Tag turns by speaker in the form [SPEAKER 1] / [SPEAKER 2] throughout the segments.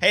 [SPEAKER 1] Hey,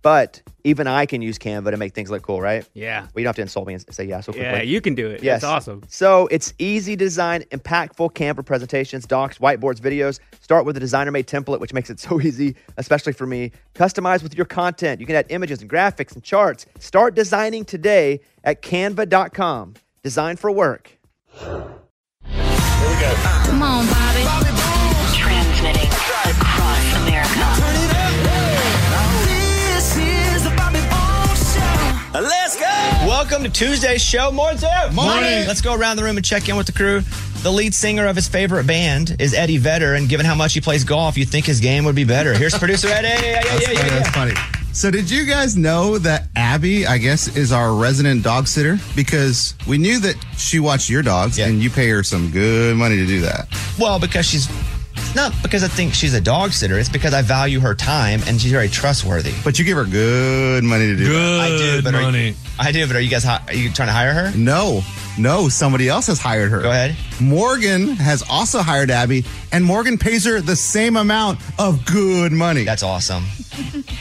[SPEAKER 2] But even I can use Canva to make things look cool, right?
[SPEAKER 3] Yeah.
[SPEAKER 2] Well, you don't have to insult me and say yeah so quickly.
[SPEAKER 3] Yeah, you can do it.
[SPEAKER 2] Yes.
[SPEAKER 3] It's awesome.
[SPEAKER 2] So it's easy design, impactful Canva presentations, docs, whiteboards, videos. Start with a designer made template, which makes it so easy, especially for me. Customize with your content. You can add images and graphics and charts. Start designing today at canva.com. Design for work.
[SPEAKER 4] Come on, Bobby. Transmitting across America.
[SPEAKER 5] This is the Bobby Bones Show.
[SPEAKER 1] Let's go. Welcome to Tuesday's show. More two.
[SPEAKER 6] Morning.
[SPEAKER 1] Let's go around the room and check in with the crew. The lead singer of his favorite band is Eddie Vedder, and given how much he plays golf, you think his game would be better. Here's producer Eddie. Yeah, yeah, yeah,
[SPEAKER 6] That's
[SPEAKER 1] yeah,
[SPEAKER 6] funny.
[SPEAKER 1] yeah.
[SPEAKER 6] That's funny. So, did you guys know that Abby, I guess, is our resident dog sitter? Because we knew that she watched your dogs
[SPEAKER 1] Yeah.
[SPEAKER 6] and you pay her some good money to do that.
[SPEAKER 1] Well, because she's it's not because I think she's a dog sitter. It's because I value her time and she's very trustworthy.
[SPEAKER 6] But you give her good money to do that.
[SPEAKER 1] I do,
[SPEAKER 7] Good
[SPEAKER 1] but Are you,
[SPEAKER 7] money.
[SPEAKER 1] I do, but are you guys hi- are you trying to hire her?
[SPEAKER 6] No, no, somebody else has hired her.
[SPEAKER 1] Go ahead.
[SPEAKER 6] Morgan has also hired Abby, and Morgan pays her the same amount of good money.
[SPEAKER 1] That's awesome.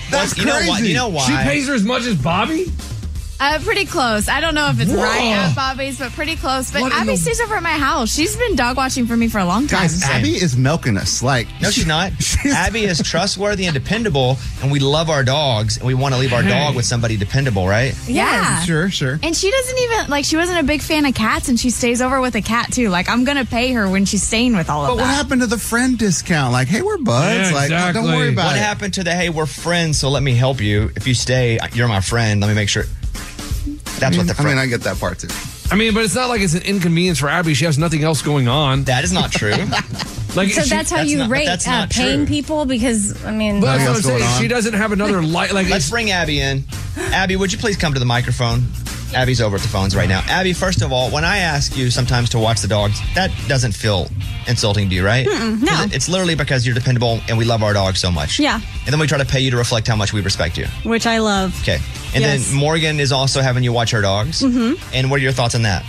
[SPEAKER 6] That's
[SPEAKER 1] you know why? You know why?
[SPEAKER 7] She pays her as much as Bobby?
[SPEAKER 8] Uh, pretty close. I don't know if it's
[SPEAKER 7] Whoa.
[SPEAKER 8] right at Bobby's, but pretty close. But
[SPEAKER 7] What in
[SPEAKER 8] Abby
[SPEAKER 7] the-
[SPEAKER 8] stays over at my house. She's been dog watching for me for a long time.
[SPEAKER 6] Guys, Abby is milking us. Like,
[SPEAKER 1] No, she's not.
[SPEAKER 6] She's-
[SPEAKER 1] Abby is trustworthy and dependable, and we love our dogs, and we want to leave our dog with somebody dependable, right?
[SPEAKER 8] yeah.
[SPEAKER 6] Sure, sure.
[SPEAKER 8] And she doesn't even like. She wasn't a big fan of cats, and she stays over with a cat too. Like I'm gonna pay her when she's staying with all of
[SPEAKER 6] But what
[SPEAKER 8] us.
[SPEAKER 6] happened to the friend discount? Like, hey, we're buds.
[SPEAKER 7] Yeah,
[SPEAKER 6] like, oh, don't
[SPEAKER 7] exactly.
[SPEAKER 6] worry about
[SPEAKER 1] What
[SPEAKER 6] it.
[SPEAKER 1] happened to the hey, we're friends, so let me help you. If you stay, you're my friend. Let me make sure. That's what the
[SPEAKER 6] Mm, I
[SPEAKER 1] friend.
[SPEAKER 6] mean, I get that part too.
[SPEAKER 7] I mean, but it's not like it's an inconvenience for Abby. She has nothing else going on.
[SPEAKER 1] that is not true.
[SPEAKER 7] Like,
[SPEAKER 9] So
[SPEAKER 7] she-
[SPEAKER 9] that's how
[SPEAKER 1] that's
[SPEAKER 9] you
[SPEAKER 1] not- but
[SPEAKER 9] rate
[SPEAKER 1] that's
[SPEAKER 9] uh,
[SPEAKER 1] not true.
[SPEAKER 9] paying people because I mean,
[SPEAKER 7] But that's what
[SPEAKER 6] Nothing
[SPEAKER 7] I'm
[SPEAKER 6] else
[SPEAKER 7] saying.
[SPEAKER 6] going on.
[SPEAKER 7] She doesn't have another light. Like,
[SPEAKER 1] Let's
[SPEAKER 7] it's,
[SPEAKER 1] bring Abby in. Abby, would you please come to the microphone? Abby's over at the phones right now. Abby, first of all, when I ask you sometimes to watch the dogs, that doesn't feel insulting to you, right?
[SPEAKER 9] no.
[SPEAKER 1] It's literally because you're dependable and we love our dogs so much.
[SPEAKER 9] Yeah.
[SPEAKER 1] And then we try to pay you to reflect how much we respect you.
[SPEAKER 9] which I love.
[SPEAKER 1] Okay. And
[SPEAKER 9] Yes.
[SPEAKER 1] then Morgan is also having you watch her dogs. Mm-hmm. And what are your thoughts on that?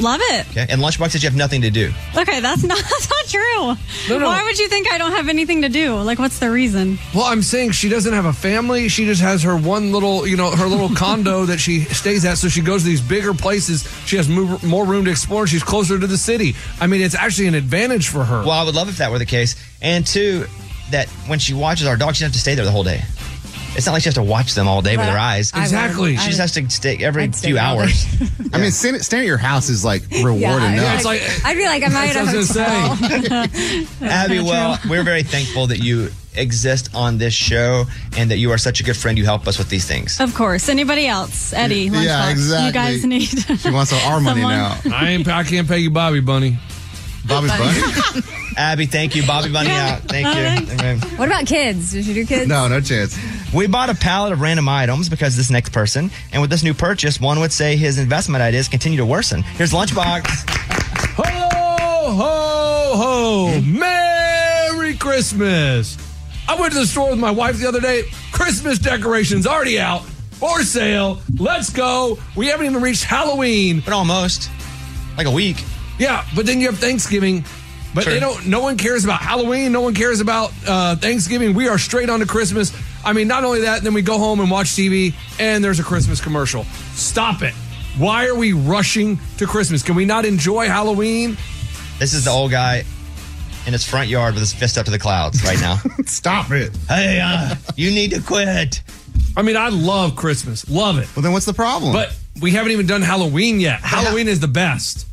[SPEAKER 9] Love it.
[SPEAKER 1] Okay. And Lunchbox says you have nothing to do.
[SPEAKER 9] Okay, that's not that's not true.
[SPEAKER 7] No, no.
[SPEAKER 9] Why would you think I don't have anything to do? Like, what's the reason?
[SPEAKER 7] well, I'm saying she doesn't have a family. She just has her one little, you know, her little condo that she stays at. So she goes to these bigger places. She has mo- more room to explore. She's closer to the city. I mean, it's actually an advantage for her.
[SPEAKER 1] Well, I would love if that were the case. And two, that when she watches our dogs, she doesn't have to stay there the whole day. It's not like she has to watch them all day with her eyes.
[SPEAKER 9] I would.
[SPEAKER 7] Exactly.
[SPEAKER 1] She just has to stay every
[SPEAKER 9] I'd stay
[SPEAKER 1] few
[SPEAKER 9] around.
[SPEAKER 1] hours.
[SPEAKER 6] I mean, staying, staying at your house is like reward enough.
[SPEAKER 7] It's like-
[SPEAKER 9] I'd be like, am I at
[SPEAKER 7] That's
[SPEAKER 9] a
[SPEAKER 7] what I was gonna
[SPEAKER 9] hotel?
[SPEAKER 1] Abby,
[SPEAKER 9] kinda
[SPEAKER 1] well, we're very thankful that you exist on this show and that you are such a good friend. You help us with these things.
[SPEAKER 9] Of course. Anybody else? Eddie,
[SPEAKER 6] Yeah,
[SPEAKER 9] Lunchbox.
[SPEAKER 6] exactly.
[SPEAKER 9] You guys need.
[SPEAKER 6] she wants our money
[SPEAKER 9] Someone-
[SPEAKER 6] now.
[SPEAKER 7] I ain't. I can't pay you, Bobby Bunny.
[SPEAKER 6] Bobby's buddy?
[SPEAKER 1] Abby, thank you. Bobby Bunny out. Thank you. Amen.
[SPEAKER 9] What about kids? Did you do kids?
[SPEAKER 6] No, no chance.
[SPEAKER 1] We bought a pallet of random items because this next person, and with this new purchase, one would say his investment ideas continue to worsen. Here's Lunchbox.
[SPEAKER 7] Ho ho ho! Merry Christmas! I went to the store with my wife the other day. Christmas decorations already out for sale. Let's go. We haven't even reached Halloween.
[SPEAKER 1] but almost like a week.
[SPEAKER 7] Yeah, but then you have Thanksgiving. But they don't. No one cares about Halloween. No one cares about uh, Thanksgiving. We are straight on to Christmas. I mean, not only that, then we go home and watch TV, and there's a Christmas commercial. Stop it. Why are we rushing to Christmas? Can we not enjoy Halloween?
[SPEAKER 1] This is the old guy in his front yard with his fist up to the clouds right now.
[SPEAKER 6] Stop it.
[SPEAKER 1] Hey, uh, you need to quit.
[SPEAKER 7] I mean, I love Christmas. Love it.
[SPEAKER 6] Well, then what's the problem?
[SPEAKER 7] But we haven't even done Halloween yet. Halloween is the best.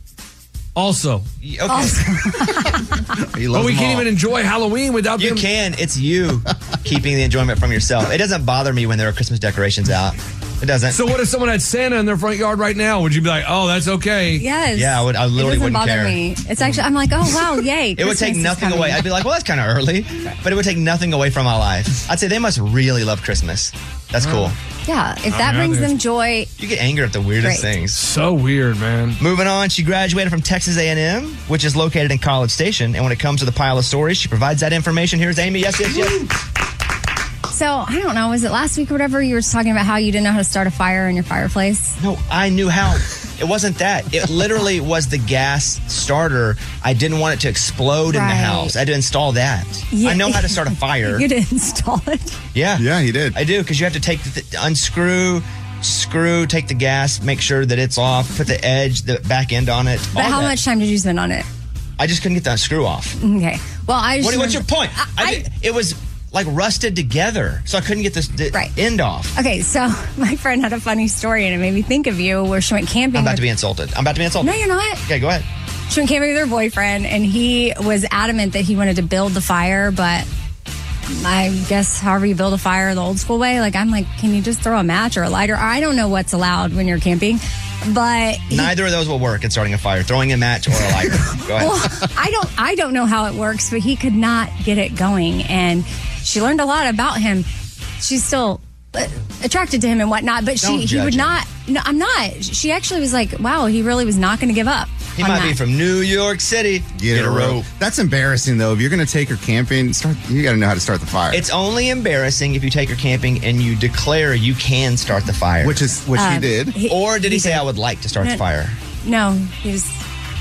[SPEAKER 7] Also,
[SPEAKER 1] Okay.
[SPEAKER 7] but we can't even enjoy Halloween without
[SPEAKER 1] You
[SPEAKER 7] them-
[SPEAKER 1] can. It's you keeping the enjoyment from yourself. It doesn't bother me when there are Christmas decorations out. It doesn't.
[SPEAKER 7] So what if someone had Santa in their front yard right now? Would you be like, "Oh, that's okay"?
[SPEAKER 9] Yes.
[SPEAKER 1] Yeah, I would- I literally
[SPEAKER 9] it doesn't
[SPEAKER 1] wouldn't
[SPEAKER 9] bother
[SPEAKER 1] care.
[SPEAKER 9] me. It's actually, I'm like, oh, wow, yay.
[SPEAKER 1] It would take
[SPEAKER 9] Christmas is
[SPEAKER 1] nothing
[SPEAKER 9] coming.
[SPEAKER 1] away. I'd be like, well, that's kind of early, but it would take nothing away from my life. I'd say they must really love Christmas. That's cool.
[SPEAKER 9] yeah, if that
[SPEAKER 7] mean,
[SPEAKER 9] brings
[SPEAKER 7] there's-
[SPEAKER 9] them joy,
[SPEAKER 1] You get angry at the weirdest
[SPEAKER 9] Great.
[SPEAKER 1] things.
[SPEAKER 7] So weird, man.
[SPEAKER 1] Moving on, she graduated from Texas A&M, which is located in College Station. And when it comes to the pile of stories, she provides that information. Here's Amy. Yes, yes, yes.
[SPEAKER 9] So I don't know. Was it last week or whatever? You were just talking about how you didn't know how to start a fire in your fireplace.
[SPEAKER 1] No, I knew how. It wasn't that. It literally was the gas starter. I didn't want it to explode in the
[SPEAKER 9] Right.
[SPEAKER 1] house. I had to install that. I know how to start a fire.
[SPEAKER 9] You didn't install it.
[SPEAKER 1] Yeah.
[SPEAKER 6] yeah, he did.
[SPEAKER 1] I do because you have to take the unscrew, screw, take the gas, make sure that it's off, put the edge, the back end on it.
[SPEAKER 9] But
[SPEAKER 1] all
[SPEAKER 9] how
[SPEAKER 1] that.
[SPEAKER 9] much time did you spend on it?
[SPEAKER 1] I just couldn't get that screw off.
[SPEAKER 9] Okay. Well, I just
[SPEAKER 1] What, what's your
[SPEAKER 9] remember-
[SPEAKER 1] point? I,
[SPEAKER 9] I-
[SPEAKER 1] did- it was like rusted together, so I couldn't get this the
[SPEAKER 9] Right.
[SPEAKER 1] end off.
[SPEAKER 9] Okay, so my friend had a funny story and it made me think of you where she went camping.
[SPEAKER 1] I'm about
[SPEAKER 9] with-
[SPEAKER 1] to be insulted. I'm about to be insulted.
[SPEAKER 9] No, you're not.
[SPEAKER 1] Okay, go ahead.
[SPEAKER 9] She went camping with her boyfriend and he was adamant that he wanted to build the fire, but I guess however you build a fire the old school way, like I'm like, can you just throw a match or a lighter? I don't know what's allowed when you're camping, but he
[SPEAKER 1] Neither of those will work in starting a fire. Throwing a match or a lighter. go ahead.
[SPEAKER 9] well, I don't I don't know how it works, but he could not get it going, and she learned a lot about him. She's still uh, attracted to him and whatnot, but
[SPEAKER 1] Don't
[SPEAKER 9] she he
[SPEAKER 1] judge
[SPEAKER 9] would
[SPEAKER 1] him.
[SPEAKER 9] not. No, I'm not. She actually was like, wow, he really was not going to give up.
[SPEAKER 1] he
[SPEAKER 9] on
[SPEAKER 1] might be
[SPEAKER 9] that.
[SPEAKER 1] from New York City.
[SPEAKER 6] Get, a rope. That's embarrassing though. If you're gonna take her camping, start. You got to know how to start the fire.
[SPEAKER 1] It's only embarrassing if you take her camping and you declare you can start the fire.
[SPEAKER 6] which is which he
[SPEAKER 9] Um,
[SPEAKER 6] did.
[SPEAKER 9] he-
[SPEAKER 1] or did he,
[SPEAKER 9] he
[SPEAKER 1] say
[SPEAKER 9] did.
[SPEAKER 1] I would like to start the
[SPEAKER 9] No.
[SPEAKER 1] fire?
[SPEAKER 9] No, he was.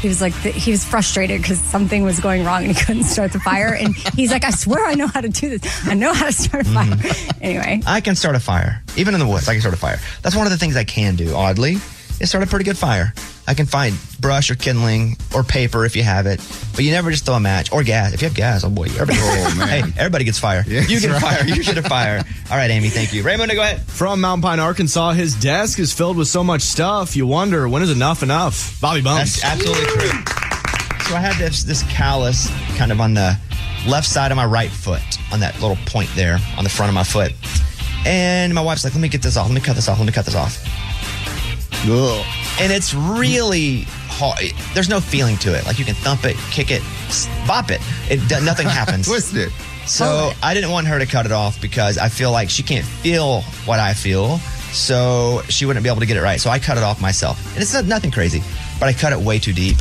[SPEAKER 9] He was like th- he was frustrated because something was going wrong and he couldn't start the fire. And he's like, I swear I know how to do this. I know how to start a fire.
[SPEAKER 1] Mm-hmm.
[SPEAKER 9] Anyway,
[SPEAKER 1] I can start a fire. Even in the woods, I can start a fire. That's one of the things I can do, oddly, is start a pretty good fire. I can find brush or kindling or paper if you have it, but you never just throw a match or gas. If you have gas, oh boy, everybody, hey, everybody gets fire. you get fire. You get a fire. All right, Amy, thank you. Raymond, go ahead.
[SPEAKER 10] From Mountain Pine, Arkansas, his desk is filled with so much stuff, you wonder when is enough enough? Bobby Bones.
[SPEAKER 1] That's absolutely true. So I had this this callus kind of on the left side of my right foot, on that little point there on the front of my foot. And my wife's like, let me get this off. Let me cut this off. Let me cut this off. And it's really hard. There's no feeling to it. Like you can thump it, kick it, s- bop it. It do- nothing happens.
[SPEAKER 6] Twist it.
[SPEAKER 1] So I didn't want her to cut it off because I feel like she can't feel what I feel. So she wouldn't be able to get it right. So I cut it off myself. And it's not, nothing crazy, but I cut it way too deep.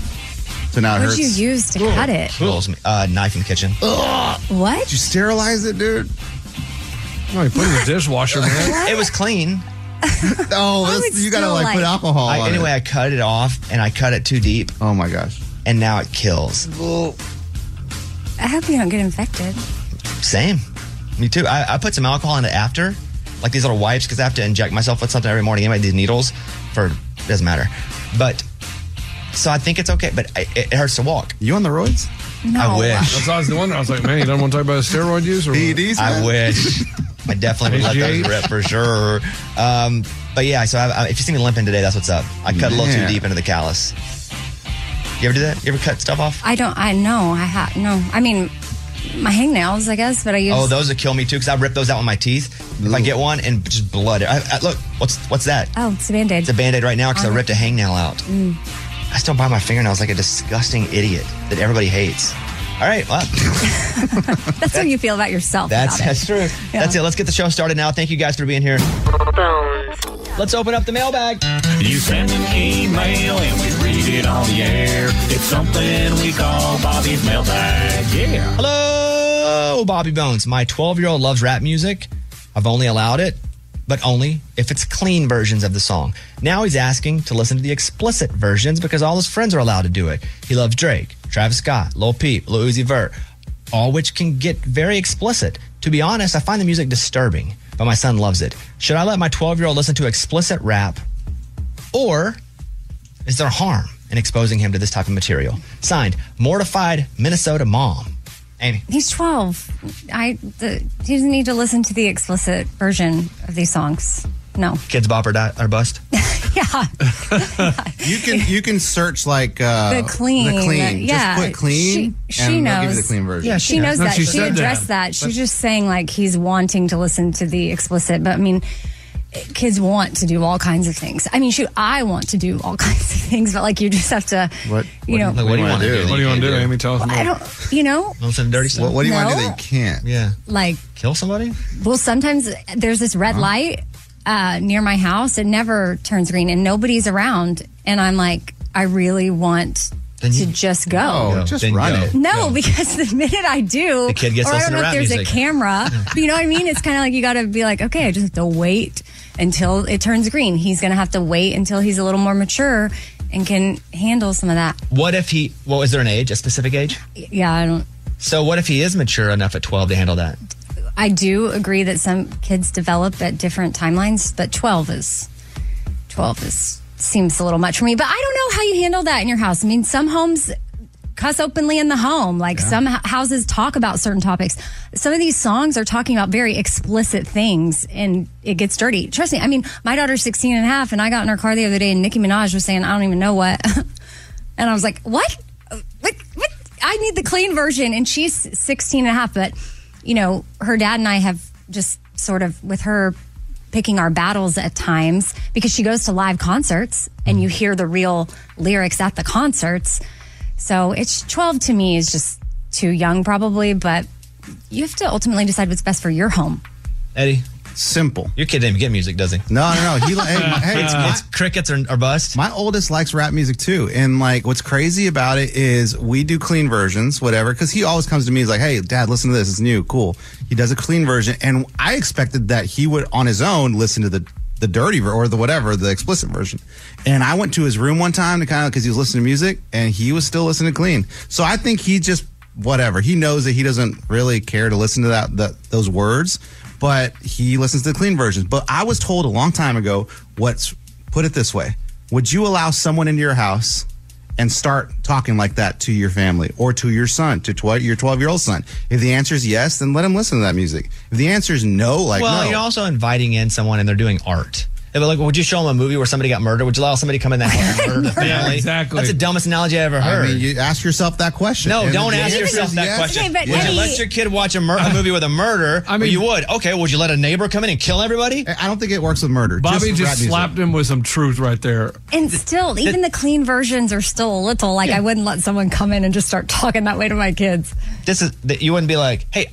[SPEAKER 6] So now it
[SPEAKER 9] what
[SPEAKER 6] hurts.
[SPEAKER 9] did you use to cut it?
[SPEAKER 1] Kills me. Uh, knife in the kitchen.
[SPEAKER 9] What?
[SPEAKER 6] Did you sterilize it, dude?
[SPEAKER 7] No, you put it in the dishwasher, man.
[SPEAKER 1] It was clean.
[SPEAKER 6] Oh, that's,
[SPEAKER 9] would
[SPEAKER 6] you gotta
[SPEAKER 9] still
[SPEAKER 6] like, put
[SPEAKER 9] like-
[SPEAKER 6] alcohol
[SPEAKER 1] I,
[SPEAKER 6] on
[SPEAKER 1] anyway,
[SPEAKER 6] it.
[SPEAKER 1] I cut it off and I cut it too deep
[SPEAKER 6] Oh my gosh.
[SPEAKER 1] and now it kills.
[SPEAKER 9] I hope you don't get infected.
[SPEAKER 1] Same. Me too. I, I put some alcohol in it after, like these little wipes, because I have to inject myself with something every morning. Anyway, these needles for, it doesn't matter. But, so I think it's okay, but I, it, it hurts to walk.
[SPEAKER 6] You on the roids?
[SPEAKER 9] No.
[SPEAKER 1] I wish.
[SPEAKER 7] That's what I was wondering. I was like, man, you don't want to talk about steroid use or
[SPEAKER 6] PEDs?
[SPEAKER 1] I
[SPEAKER 6] man?
[SPEAKER 1] wish. I definitely would let those rip for sure. Um, but yeah, so I, I, if you see me limping today, that's what's up. I cut a little
[SPEAKER 6] Yeah.
[SPEAKER 1] too deep into the callus. You ever do that? You ever cut stuff off?
[SPEAKER 9] I don't. I know. I have no. I mean, my hangnails, I guess, but I use.
[SPEAKER 1] Oh, those would kill me too because I rip those out with my teeth. If I get one and just blood. it. I, I, look, what's what's that?
[SPEAKER 9] Oh, it's a band-aid.
[SPEAKER 1] It's a band aid right now because
[SPEAKER 9] uh-huh.
[SPEAKER 1] I ripped a hangnail out.
[SPEAKER 9] Mm.
[SPEAKER 1] I still buy my fingernails like a disgusting idiot that everybody hates. All right, well,
[SPEAKER 9] That's how you feel about yourself.
[SPEAKER 1] that's
[SPEAKER 9] about
[SPEAKER 1] that's
[SPEAKER 9] it.
[SPEAKER 1] true. That's it. Let's get the show started now. Thank you guys for being here. Let's open up the mailbag.
[SPEAKER 11] You send an email and we read it on the air. It's something we call Bobby's mailbag. Yeah.
[SPEAKER 1] Hello, Bobby Bones. My 12 year old loves rap music. I've only allowed it but only if it's clean versions of the song. Now he's asking to listen to the explicit versions because all his friends are allowed to do it. He loves Drake, Travis Scott, Lil Peep, Lil Uzi Vert, all which can get very explicit. To be honest, I find the music disturbing, but my son loves it. Should I let my 12 year old listen to explicit rap or is there harm in exposing him to this type of material? Signed, mortified Minnesota mom. Amy.
[SPEAKER 9] He's 12. I the, he doesn't need to listen to the explicit version of these songs. No.
[SPEAKER 1] Kids bop or, die, or bust.
[SPEAKER 9] Yeah.
[SPEAKER 6] You can you can search like uh,
[SPEAKER 9] the clean.
[SPEAKER 6] The clean.
[SPEAKER 9] Yeah.
[SPEAKER 6] Just put clean.
[SPEAKER 9] She, she
[SPEAKER 6] and
[SPEAKER 9] knows.
[SPEAKER 6] I'll give you the clean version.
[SPEAKER 9] Yeah, she, knows that. She, addressed that.
[SPEAKER 6] But-
[SPEAKER 9] She's just saying like he's wanting to listen to the explicit, but I mean kids want to do all kinds of things. I mean, shoot, I want to do all kinds of things, but like you just have to
[SPEAKER 6] What?
[SPEAKER 9] You know-
[SPEAKER 1] Like, what do you want to do?
[SPEAKER 7] What do you want to do, Amy? Tell us.
[SPEAKER 9] I don't, you know,
[SPEAKER 1] Want some dirty stuff?
[SPEAKER 9] What- what do you wanna do No. that you
[SPEAKER 6] can't?
[SPEAKER 1] Yeah.
[SPEAKER 9] like
[SPEAKER 1] Kill somebody?
[SPEAKER 9] Well, sometimes there's this red light uh, near my house. It never turns green, and nobody's around. And I'm like, I really want to just go.
[SPEAKER 1] Go. just Then run go. it.
[SPEAKER 9] No, because the minute I do,
[SPEAKER 1] The kid gets
[SPEAKER 9] or I don't
[SPEAKER 1] listening to
[SPEAKER 9] know if
[SPEAKER 1] rap
[SPEAKER 9] there's
[SPEAKER 1] music.
[SPEAKER 9] a camera. but you know what I mean? It's kind of like you got to be like, okay, I just have to wait until it turns green. He's gonna have to wait until he's a little more mature and can handle some of that.
[SPEAKER 1] What if he, well, is there an age, a specific age?
[SPEAKER 9] Yeah, I don't.
[SPEAKER 1] So what if he is mature enough at 12 to handle that?
[SPEAKER 9] I do agree that some kids develop at different timelines, but 12 is 12 is seems a little much for me. But I don't know how you handle that in your house. I mean, some homes cuss openly in the home. Like some h- houses talk about certain topics. Some of these songs are talking about very explicit things and it gets dirty. Trust me. I mean, my daughter's 16 and a half and I got in her car the other day and Nicki Minaj was saying, I don't even know what. and I was like, what? I need the clean version. And she's 16 and a half, but you know, her dad and I have just sort of with her picking our battles at times because she goes to live concerts and you hear the real lyrics at the concerts. So it's 12 to me is just too young probably, but you have to ultimately decide what's best for your home.
[SPEAKER 1] Eddie?
[SPEAKER 6] Simple.
[SPEAKER 1] Your kid didn't even get music, does he?
[SPEAKER 6] No, no, no. He li- hey, my- hey,
[SPEAKER 1] it's,
[SPEAKER 6] my-
[SPEAKER 1] it's crickets or, or bust.
[SPEAKER 6] My oldest likes rap music too. And like what's crazy about it is we do clean versions, whatever, because he always comes to me, he's like, Hey, dad, listen to this, it's new, cool. He does a clean version, and I expected that he would on his own listen to the the dirty ver- or the whatever, the explicit version. And I went to his room one time to kind of because he was listening to music and he was still listening to clean. So I think he just whatever. He knows that he doesn't really care to listen to that, that those words, but he listens to the clean versions. But I was told a long time ago what's put it this way would you allow someone into your house and start talking like that to your family or to your son to tw- your 12 year old son if the answer is yes then let him listen to that music if the answer is no like
[SPEAKER 1] well,
[SPEAKER 6] no
[SPEAKER 1] you're also inviting in someone and they're doing art. They'd be like, would you show them a movie where somebody got murdered? Would you allow somebody to come in that house and murder the family?
[SPEAKER 6] exactly.
[SPEAKER 1] That's the dumbest analogy I ever heard.
[SPEAKER 6] I mean, you ask yourself that question
[SPEAKER 1] no,
[SPEAKER 6] And
[SPEAKER 1] don't
[SPEAKER 6] if the
[SPEAKER 1] ask
[SPEAKER 6] answer
[SPEAKER 1] yourself
[SPEAKER 6] is
[SPEAKER 1] that
[SPEAKER 6] yes-
[SPEAKER 1] question.
[SPEAKER 6] Yeah.
[SPEAKER 1] Would you let your kid watch a, mur- a movie with a murder? I mean, you would. Okay, would you let a neighbor come in and kill everybody?
[SPEAKER 6] I don't think it works with murder.
[SPEAKER 7] Bobby just, slapped him with some truth right there.
[SPEAKER 9] And still, even the clean versions are still a little like I wouldn't let someone come in and just start talking that way to my kids.
[SPEAKER 1] This is that you wouldn't be like, hey,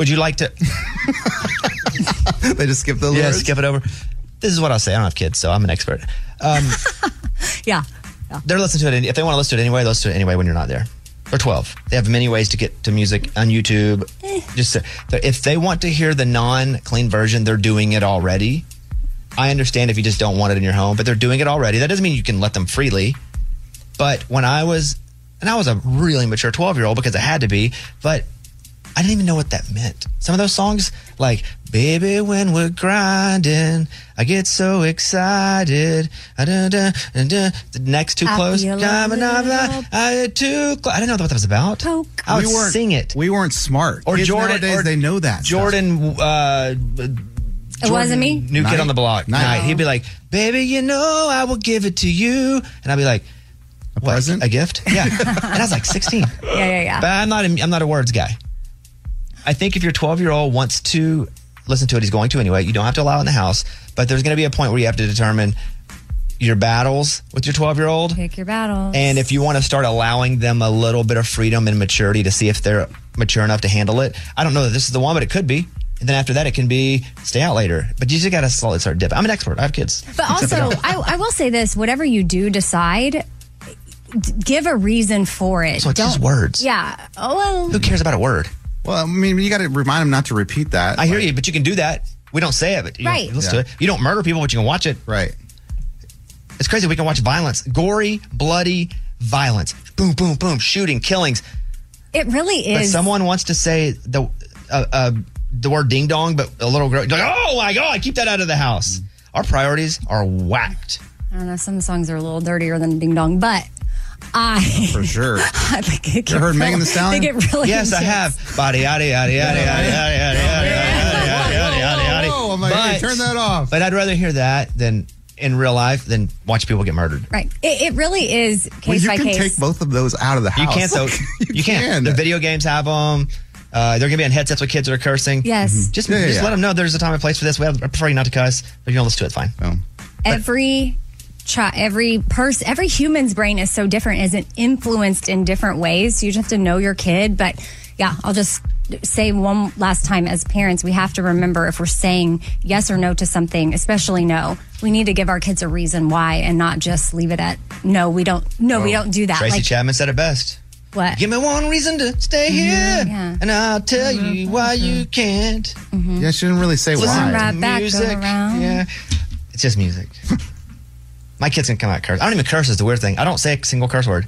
[SPEAKER 1] would you like to?
[SPEAKER 6] they just skip the
[SPEAKER 1] yeah,
[SPEAKER 6] lyrics.
[SPEAKER 1] skip it over. This is what I'll say. I don't have kids, so I'm an expert. Um,
[SPEAKER 9] yeah,
[SPEAKER 1] they're listening to it. any- If they want to listen to it anyway, they listen to it anyway when you're not there. They're 12. They have many ways to get to music on YouTube. Just uh, if they want to hear the non-clean version, they're doing it already. I understand if you just don't want it in your home, but they're doing it already. That doesn't mean you can let them freely. But when I was, and I was a really mature 12 year old because I had to be, but I didn't even know what that meant. Some of those songs, like "Baby, when we're grinding, I get so excited." Ah, da, da, da, da. The next too
[SPEAKER 11] I
[SPEAKER 1] close.
[SPEAKER 11] feel a
[SPEAKER 1] Blah, blah, blah, blah.
[SPEAKER 11] little-
[SPEAKER 1] I too close. I didn't know what that was about.
[SPEAKER 9] Oh.
[SPEAKER 1] I would
[SPEAKER 6] We weren't-
[SPEAKER 1] sing it.
[SPEAKER 6] We weren't smart.
[SPEAKER 1] Or
[SPEAKER 6] Kids
[SPEAKER 1] Jordan.
[SPEAKER 6] nowadays,
[SPEAKER 1] or
[SPEAKER 6] they know that.
[SPEAKER 1] Jordan. Uh,
[SPEAKER 9] It wasn't me.
[SPEAKER 1] New kid on the block.
[SPEAKER 6] Night.
[SPEAKER 1] Night. He'd be like, "Baby, you know I will give it to you," and I'd be like, "A present? A gift? Yeah." and I was like, 16.
[SPEAKER 9] Yeah, yeah, yeah.
[SPEAKER 1] But I'm not. a- I'm not a words guy. I think if your 12 year old wants to listen to it, he's going to anyway. You don't have to allow it in the house, but there's going to be a point where you have to determine your battles with your 12 year old.
[SPEAKER 9] Pick your battles.
[SPEAKER 1] And if you want to start allowing them a little bit of freedom and maturity to see if they're mature enough to handle it, I don't know that this is the one, but it could be. And then after that, it can be stay out later. But you just got to slowly start dipping. I'm an expert. I have kids.
[SPEAKER 9] But also, I, I will say this: whatever you do decide, d- give a reason for it.
[SPEAKER 1] So it's just
[SPEAKER 9] Don't-
[SPEAKER 1] words.
[SPEAKER 9] Yeah. Oh well.
[SPEAKER 1] Who cares about a word?
[SPEAKER 6] Well, I mean, you got to remind him not to repeat that.
[SPEAKER 1] I hear you, but you can do that. We don't say it, but you
[SPEAKER 9] Right.
[SPEAKER 1] right. listen to it. You don't murder people, but you can watch it. Right. It's crazy. We can watch violence, gory, bloody violence. Boom, boom, boom, shooting, killings.
[SPEAKER 9] It really
[SPEAKER 1] But
[SPEAKER 9] is.
[SPEAKER 1] someone wants to say the uh, uh, the word ding dong, but a little gross. Like, oh my god, keep that out of the house.
[SPEAKER 6] Mm.
[SPEAKER 1] Our priorities are whacked
[SPEAKER 9] I don't know. Some songs are a little dirtier than Ding Dong, but I.
[SPEAKER 1] for sure.
[SPEAKER 9] I think it
[SPEAKER 1] You
[SPEAKER 9] get
[SPEAKER 1] heard
[SPEAKER 9] real-
[SPEAKER 1] Megan Thee Stallion?
[SPEAKER 9] They get really
[SPEAKER 1] Yes, I
[SPEAKER 9] intense.
[SPEAKER 1] have. Body, yaddy, yaddy, yaddy, yaddy, yaddy, yaddy, yaddy, yaddy, yaddy, yaddy.
[SPEAKER 6] Whoa, I'm like, hey, turn that off.
[SPEAKER 1] But I'd rather hear that than in real life than watch people get murdered.
[SPEAKER 9] Right. It, it really is
[SPEAKER 6] Well,
[SPEAKER 9] case
[SPEAKER 6] you
[SPEAKER 9] by
[SPEAKER 6] can
[SPEAKER 9] case.
[SPEAKER 6] take both of those out of the
[SPEAKER 1] You
[SPEAKER 6] house.
[SPEAKER 1] can't though. you, can't. The video games have them. Uh, they're gonna be on headsets with kids that are cursing.
[SPEAKER 9] Yes. Mhm.
[SPEAKER 1] Just,
[SPEAKER 9] Yeah, yeah,
[SPEAKER 1] just
[SPEAKER 9] yeah.
[SPEAKER 1] let them know there's a time and place for this. We have, I prefer you not to cuss, but you don't listen to it. Fine.
[SPEAKER 9] every chi- every person every human's brain is so different isn't influenced in different ways so you just have to know your kid but yeah i'll just say one last time as parents we have to remember if we're saying yes or no to something especially no we need to give our kids a reason why and not just leave it at no we don't no we don't do that
[SPEAKER 1] Oh, Tracy
[SPEAKER 9] like
[SPEAKER 1] Chapman said it best.
[SPEAKER 9] what
[SPEAKER 1] Give me one reason to stay
[SPEAKER 6] Mm-hmm.
[SPEAKER 1] here, and I'll tell you why you can't.
[SPEAKER 9] Mm-hmm.
[SPEAKER 6] Yeah, she didn't really say
[SPEAKER 1] Listen
[SPEAKER 6] why.
[SPEAKER 1] right back Music. around. Yeah. It's just music. My kids can come out curse. I don't even curse is the weird thing. I don't say a single curse word,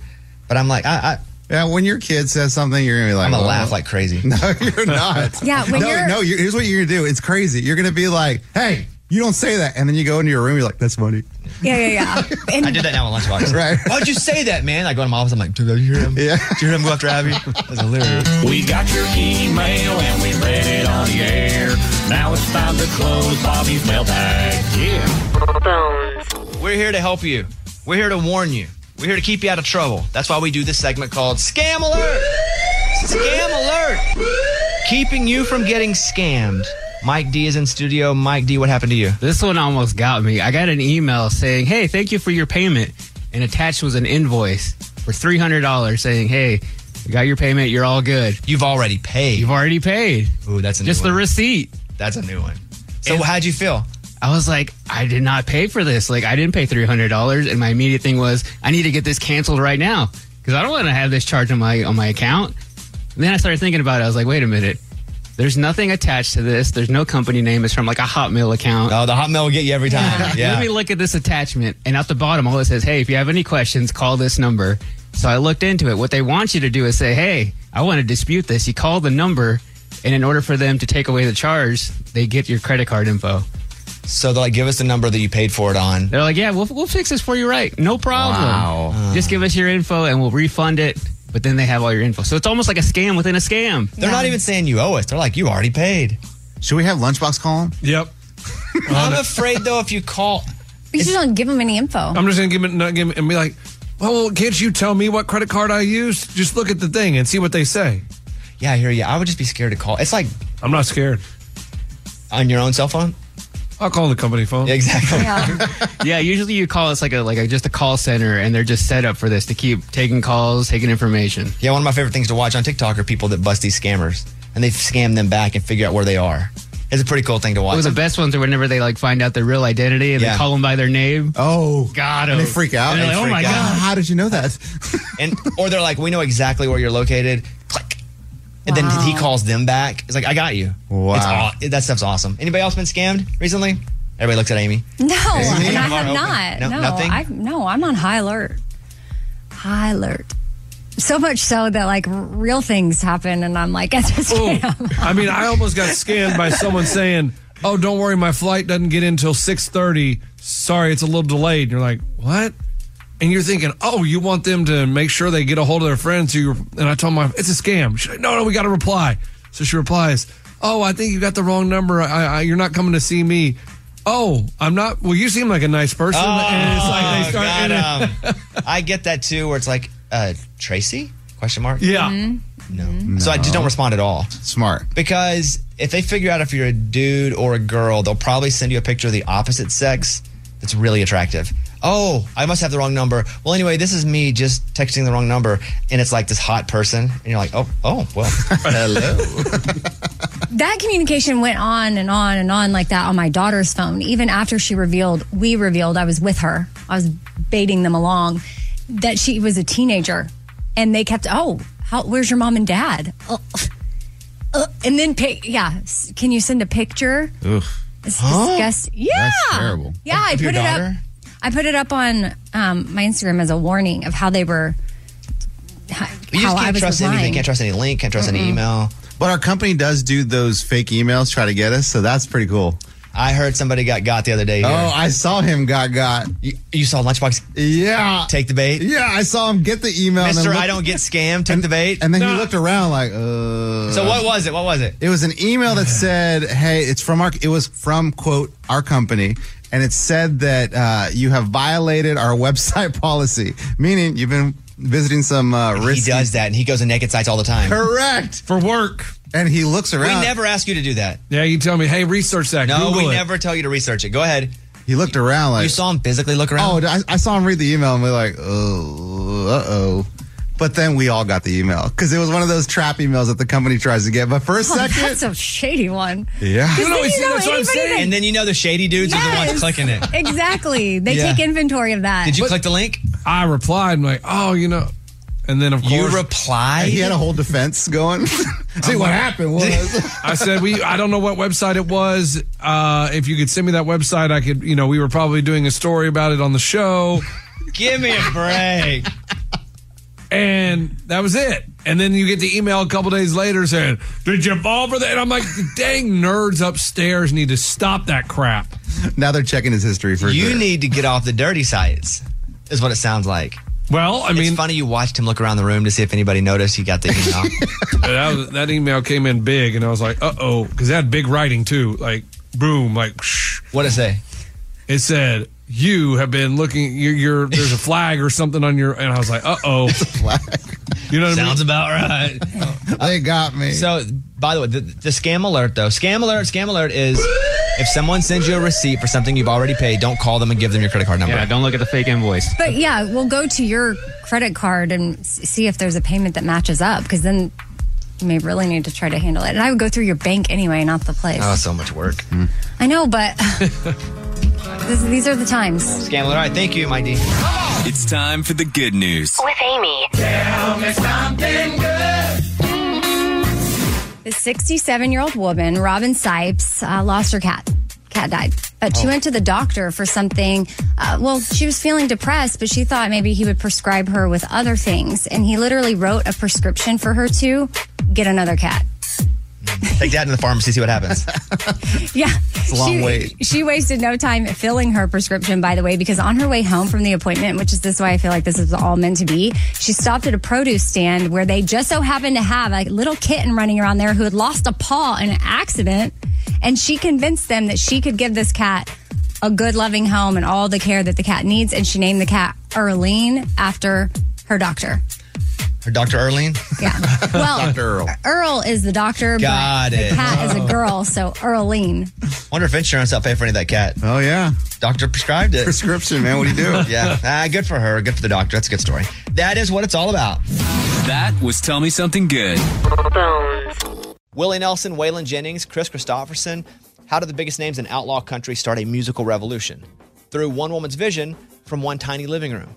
[SPEAKER 1] but I'm like, I, I
[SPEAKER 6] yeah. When your kid says something, you're gonna be like,
[SPEAKER 1] I'm gonna
[SPEAKER 6] well,
[SPEAKER 1] laugh like crazy.
[SPEAKER 6] No, you're not.
[SPEAKER 9] Yeah, when
[SPEAKER 6] no,
[SPEAKER 9] you're-
[SPEAKER 6] no. you here's what you're gonna do. It's crazy. You're gonna be like, hey, you don't say that, and then you go into your room. You're like, that's funny.
[SPEAKER 9] yeah yeah yeah
[SPEAKER 1] I did that now with lunchbox.
[SPEAKER 6] Right.
[SPEAKER 1] Why'd you say that, man? I go to my office. I'm like, do you hear him? Yeah. Do you hear him go after Abby? That's hilarious.
[SPEAKER 11] We got your email and we read it on the air. Now it's time to close Bobby's mailbag. Yeah.
[SPEAKER 1] We're here to help you. We're here to warn you. We're here to keep you out of trouble. That's why we do this segment called Scam Alert. Scam Alert. Keeping you from getting scammed. Mike D is in studio. Mike D, what happened to you?
[SPEAKER 3] This one almost got me. I got an email saying, "Hey, thank you for your payment," and attached was an invoice for three hundred dollars saying, "Hey, we got your payment. You're all good.
[SPEAKER 1] You've already paid.
[SPEAKER 3] You've already paid.
[SPEAKER 1] Ooh, that's a new
[SPEAKER 3] just the
[SPEAKER 1] one.
[SPEAKER 3] receipt.
[SPEAKER 1] That's a new one. So how'd you feel?
[SPEAKER 3] I was like, I did not pay for this. Like, I didn't pay three hundred dollars, and my immediate thing was, I need to get this canceled right now because I don't want to have this charge on my on my account. And then I started thinking about it. I was like, wait a minute. There's nothing attached to this. There's no company name. It's from like a Hotmail account.
[SPEAKER 1] Oh, the Hotmail will get you every time. Yeah.
[SPEAKER 3] Let me look at this attachment. And at the bottom, all it says, hey, if you have any questions, call this number. So I looked into it. What they want you to do is say, hey, I want to dispute this. You call the number, and in order for them to take away the charge, they get your credit card info.
[SPEAKER 1] So they're like, give us the number that you paid for it on.
[SPEAKER 3] They're like, yeah, we'll, we'll fix this for you right. No problem. Just give us your info and we'll refund it. But then they have all your info. So it's almost like a scam within a scam.
[SPEAKER 1] They're not even saying you owe us. They're like, you already paid.
[SPEAKER 6] Should we have Lunchbox call him?
[SPEAKER 7] Yep.
[SPEAKER 1] I'm afraid though, if you call,
[SPEAKER 9] you just don't give them any info
[SPEAKER 7] I'm just gonna give it, not give it, and be like, well, can't you tell me what credit card I used? Just look at the thing and see what they say.
[SPEAKER 1] Yeah, I hear you. I would just be scared to call. It's like
[SPEAKER 7] I'm not scared.
[SPEAKER 1] On your own cell phone?
[SPEAKER 7] I'll call the company phone.
[SPEAKER 1] exactly.
[SPEAKER 3] yeah, usually you call it's like a like a, just a call center, and they're just set up for this to keep taking calls, taking information.
[SPEAKER 1] Yeah, one of my favorite things to watch on TikTok are people that bust these scammers and they scam them back and figure out where they are. It's a pretty cool thing to watch.
[SPEAKER 3] One of the best ones are whenever they like find out their real identity and
[SPEAKER 1] Yeah.
[SPEAKER 3] they call them by their name.
[SPEAKER 6] Oh,
[SPEAKER 3] got
[SPEAKER 6] And they freak out.
[SPEAKER 3] And they're like, oh my god.
[SPEAKER 6] How did you know that?
[SPEAKER 1] and or they're like, we know exactly where you're located. Click. And
[SPEAKER 3] Wow.
[SPEAKER 1] then he calls them back. It's like, I got you.
[SPEAKER 6] Wow.
[SPEAKER 1] It's aw- that stuff's awesome. Anybody else been scammed recently? Everybody looks at Amy.
[SPEAKER 9] no
[SPEAKER 1] Is
[SPEAKER 9] and i
[SPEAKER 1] it
[SPEAKER 9] have
[SPEAKER 1] open?
[SPEAKER 9] not
[SPEAKER 1] No,
[SPEAKER 9] no
[SPEAKER 1] nothing?
[SPEAKER 9] i no i'm on high alert high alert so much so that like r- real things happen and i'm like it's a scam.
[SPEAKER 7] I mean, I almost got scammed by someone saying, "Oh, don't worry, my flight doesn't get in until 6:30. Sorry, it's a little delayed." And you're like, "What?" And you're thinking, "Oh, you want them to make sure they get a hold of their friends?" Who you and I told my, "It's a scam." She's like, "No, no, we got to reply." So she replies, "Oh, I think you got the wrong number. I, I, you're not coming to see me." Oh, I'm not. Well, you seem like a nice person. and it's like they start.
[SPEAKER 1] Oh, God,
[SPEAKER 7] and it-
[SPEAKER 1] um, I get that too, where it's like, uh, Tracy? Question mark.
[SPEAKER 7] Yeah.
[SPEAKER 1] No. So I just don't respond at all.
[SPEAKER 6] Smart.
[SPEAKER 1] Because if they figure out if you're a dude or a girl, they'll probably send you a picture of the opposite sex that's really attractive. Oh, I must have the wrong number. Well, anyway, this is me just texting the wrong number, and it's like this hot person, and you're like, oh, oh, well, hello.
[SPEAKER 9] that communication went on and on and on like that on my daughter's phone even after she revealed we revealed i was with her i was baiting them along that she was a teenager and they kept oh how, where's your mom and uh, dad oh, uh, and then pic- yeah s- can you send a picture It's
[SPEAKER 6] Huh?
[SPEAKER 9] disgusting. Yeah.
[SPEAKER 6] terrible.
[SPEAKER 9] Yeah, I
[SPEAKER 6] Your
[SPEAKER 9] put
[SPEAKER 6] daughter?
[SPEAKER 9] it up. I put it up on um, my Instagram as a warning of how they were.
[SPEAKER 1] You
[SPEAKER 9] how
[SPEAKER 1] just
[SPEAKER 9] I
[SPEAKER 1] can't
[SPEAKER 9] was
[SPEAKER 1] trust anything.
[SPEAKER 9] lying.
[SPEAKER 1] Can't trust any link. Can't trust any
[SPEAKER 9] Mm-mm.
[SPEAKER 1] email.
[SPEAKER 6] But our company does do those fake emails, try to get us, so that's pretty cool.
[SPEAKER 1] I heard somebody got got the other day. here.
[SPEAKER 6] Oh, I saw him got got.
[SPEAKER 1] You, you saw Lunchbox?
[SPEAKER 6] Yeah.
[SPEAKER 1] Take the bait?
[SPEAKER 6] Yeah, I saw him get the email. and then
[SPEAKER 1] Mister,
[SPEAKER 6] look-
[SPEAKER 1] I don't get scammed. Took the bait.
[SPEAKER 6] And then he looked around like, uh.
[SPEAKER 1] So what was it? What was it?
[SPEAKER 6] It was an email that said, "Hey, it's from our. It was from quote our company." And it said that uh, you have violated our website policy, meaning you've been visiting some uh, risky. He does
[SPEAKER 1] that, and he goes to naked sites all the time.
[SPEAKER 6] Correct
[SPEAKER 7] for work.
[SPEAKER 6] And he looks around.
[SPEAKER 1] We never ask you to do that.
[SPEAKER 7] Yeah, you tell me, hey, research that.
[SPEAKER 1] No,
[SPEAKER 7] Google
[SPEAKER 1] we
[SPEAKER 7] it.
[SPEAKER 1] never tell you to research it. Go ahead.
[SPEAKER 6] He looked around like
[SPEAKER 1] you saw him physically look around.
[SPEAKER 6] Oh, I, I saw him read the email and we're like, oh, uh oh. But then we all got the email because it was one of those trap emails that the company tries to get. But for a
[SPEAKER 9] Oh,
[SPEAKER 6] second,
[SPEAKER 9] that's a shady one.
[SPEAKER 6] Yeah.
[SPEAKER 9] 'Cause then you know anybody that-
[SPEAKER 1] And then you know the shady dudes are the
[SPEAKER 9] Yes.
[SPEAKER 1] ones clicking it.
[SPEAKER 9] exactly. They
[SPEAKER 7] Yeah.
[SPEAKER 9] take inventory of that.
[SPEAKER 7] But
[SPEAKER 1] the link?
[SPEAKER 7] I replied, I'm like, oh, you know. And then, of course. You
[SPEAKER 1] replied?
[SPEAKER 6] He had a whole defense going. See, what happened was.
[SPEAKER 7] I said, we, I don't know what website it was. Uh, if you could send me that website, I could, you know, we were probably doing a story about it on the show.
[SPEAKER 1] Give me a break.
[SPEAKER 7] and that was it. And then you get the email a couple days later saying, Did you fall for that? And I'm like, Dang, nerds upstairs need to stop that crap.
[SPEAKER 6] now they're checking his history for
[SPEAKER 1] You
[SPEAKER 6] sure.
[SPEAKER 1] need to get off the dirty sites, is what it sounds like.
[SPEAKER 7] Well, I mean,
[SPEAKER 1] it's funny you watched him look around the room to see if anybody noticed he got the email.
[SPEAKER 7] that, was- that email came in big, and I was like, uh oh, because it had big writing too. Like, boom, like, shh.
[SPEAKER 1] What'd it say?
[SPEAKER 7] It said, You have been looking, you're, you're there's a flag or something on your, and I was like, uh oh. flag. You know what
[SPEAKER 1] Sounds
[SPEAKER 7] I mean?
[SPEAKER 1] about right.
[SPEAKER 6] they got me.
[SPEAKER 1] So, by the way, the, the scam alert though. Scam alert. Scam alert is if someone sends you a receipt for something you've already paid, don't call them and give them your credit card number. Yeah,
[SPEAKER 3] don't look at the fake invoice.
[SPEAKER 9] But yeah, we'll go to your credit card and s- see if there's a payment that matches up because then you may really need to try to handle it. And I would go through your bank anyway, not the place.
[SPEAKER 1] Oh, so much work.
[SPEAKER 9] I know, but this, these are the times.
[SPEAKER 1] Scam alert. All right, thank you, my D.
[SPEAKER 12] It's time for the good news.
[SPEAKER 9] With Amy.
[SPEAKER 5] Tell me something good.
[SPEAKER 9] The 67 year old woman, Robin Sipes, uh, lost her cat. Cat died. But she went to the doctor for something. Uh, well, she was feeling depressed, but she thought maybe he would prescribe her with other things. And he literally wrote a prescription for her to get another cat.
[SPEAKER 1] Take that to the pharmacy, see what happens.
[SPEAKER 9] Yeah.
[SPEAKER 1] It's a long wait.
[SPEAKER 9] She wasted no time filling her prescription, by the way, because on her way home from the appointment, which is this why I feel like this is all meant to be, she stopped at a produce stand where they just so happened to have a little kitten running around there who had lost a paw in an accident. And she convinced them that she could give this cat a good, loving home and all the care that the cat needs. And she named the cat Erlene after her doctor.
[SPEAKER 1] Or Dr. Erlene.
[SPEAKER 9] Yeah. Well,
[SPEAKER 1] Dr. Earl.
[SPEAKER 9] Earl is the doctor,
[SPEAKER 1] Got
[SPEAKER 9] but
[SPEAKER 1] it.
[SPEAKER 9] the cat is
[SPEAKER 1] Oh.
[SPEAKER 9] a girl, so Erlene.
[SPEAKER 1] Wonder if insurance will pay for any of that cat.
[SPEAKER 6] Oh yeah,
[SPEAKER 1] doctor prescribed it.
[SPEAKER 6] Prescription, man. What do you do?
[SPEAKER 1] yeah, ah, good for her. Good for the doctor. That's a good story. That is what it's all about.
[SPEAKER 12] That was Tell Me Something Good.
[SPEAKER 1] Willie Nelson, Waylon Jennings, Chris Christopherson. How did the biggest names in outlaw country start a musical revolution? Through one woman's vision from one tiny living room.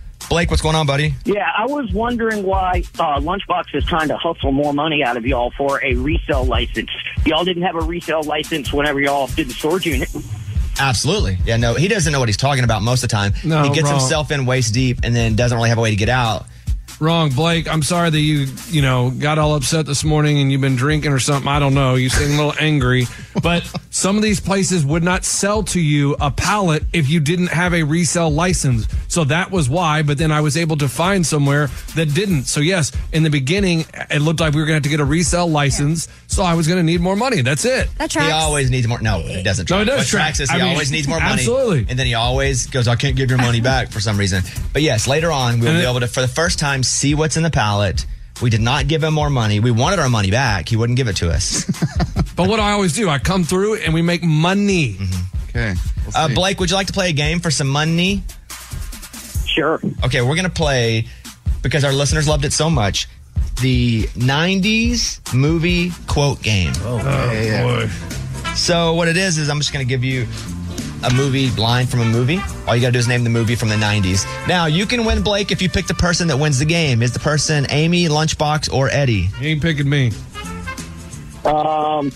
[SPEAKER 1] Blake, what's going on, buddy?
[SPEAKER 13] Yeah, I was wondering why uh, Lunchbox is trying to hustle more money out of y'all for a resale license. Y'all didn't have a resale license whenever y'all did the storage unit.
[SPEAKER 1] Absolutely. Yeah, no, he doesn't know what he's talking about most of the time.
[SPEAKER 7] No,
[SPEAKER 1] he gets
[SPEAKER 7] wrong.
[SPEAKER 1] himself in waist deep and then doesn't really have a way to get out.
[SPEAKER 7] Wrong, Blake. I'm sorry that you, you know, got all upset this morning and you've been drinking or something. I don't know. You seem a little angry. But some of these places would not sell to you a pallet if you didn't have a resale license. So that was why. But then I was able to find somewhere that didn't. So, yes, in the beginning, it looked like we were going to have to get a resale license. So I was going to need more money. That's it.
[SPEAKER 9] That
[SPEAKER 1] He always needs more. No, it doesn't. Track.
[SPEAKER 7] Uh, No, it does
[SPEAKER 1] What
[SPEAKER 7] track.
[SPEAKER 1] tracks is he
[SPEAKER 7] I mean,
[SPEAKER 1] always needs more money.
[SPEAKER 7] absolutely.
[SPEAKER 1] And then he always goes, "I can't give your money back for some reason." But yes, later on we'll
[SPEAKER 7] And
[SPEAKER 1] be
[SPEAKER 7] it-
[SPEAKER 1] able to, for the first time, see what's in the pallet. We did not give him more money. We wanted our money back. He wouldn't give it to us.
[SPEAKER 7] But what do I always do, I come through and we make money.
[SPEAKER 1] Okay. uh, Blake, would you like to play a game for some money?
[SPEAKER 13] Sure.
[SPEAKER 1] Okay, we're going to play because our listeners loved it so much. The 90s movie quote game.
[SPEAKER 6] yeah, yeah.
[SPEAKER 1] boy. So, what it is, is I'm just going to give you a movie line from a movie. All you got to do is name the movie from the 90s. Now, you can win, Blake, if you pick the person that wins the game. Is the person Amy, Lunchbox, or Eddie?
[SPEAKER 7] You ain't picking me.
[SPEAKER 13] Um,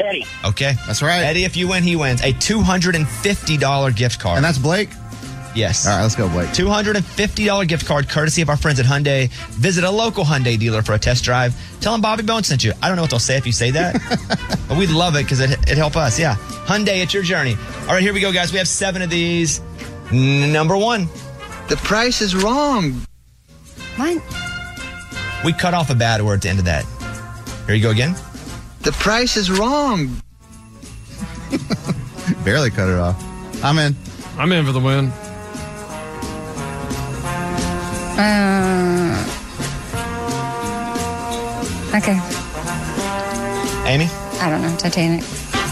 [SPEAKER 13] Eddie.
[SPEAKER 1] Okay. That's right. Eddie, if you win, he wins a $250 gift card. And that's Blake? Yes. All right, let's go, Blake. $250 gift card courtesy of our friends at Hyundai. Visit a local Hyundai dealer for a test drive. Tell them Bobby Bones sent you. I don't know what they'll say if you say that, but we'd love it because it, it'd help us. Yeah. Hyundai, it's your journey. All right, here we go, guys. We have seven of these. N- number one. The price is wrong.
[SPEAKER 9] What?
[SPEAKER 1] We cut off a bad word at the end of that. Here you go again. The price is wrong.
[SPEAKER 6] Barely cut it off. I'm in.
[SPEAKER 7] I'm in for the win.
[SPEAKER 9] Uh, okay.
[SPEAKER 1] Amy?
[SPEAKER 9] I don't know. Titanic.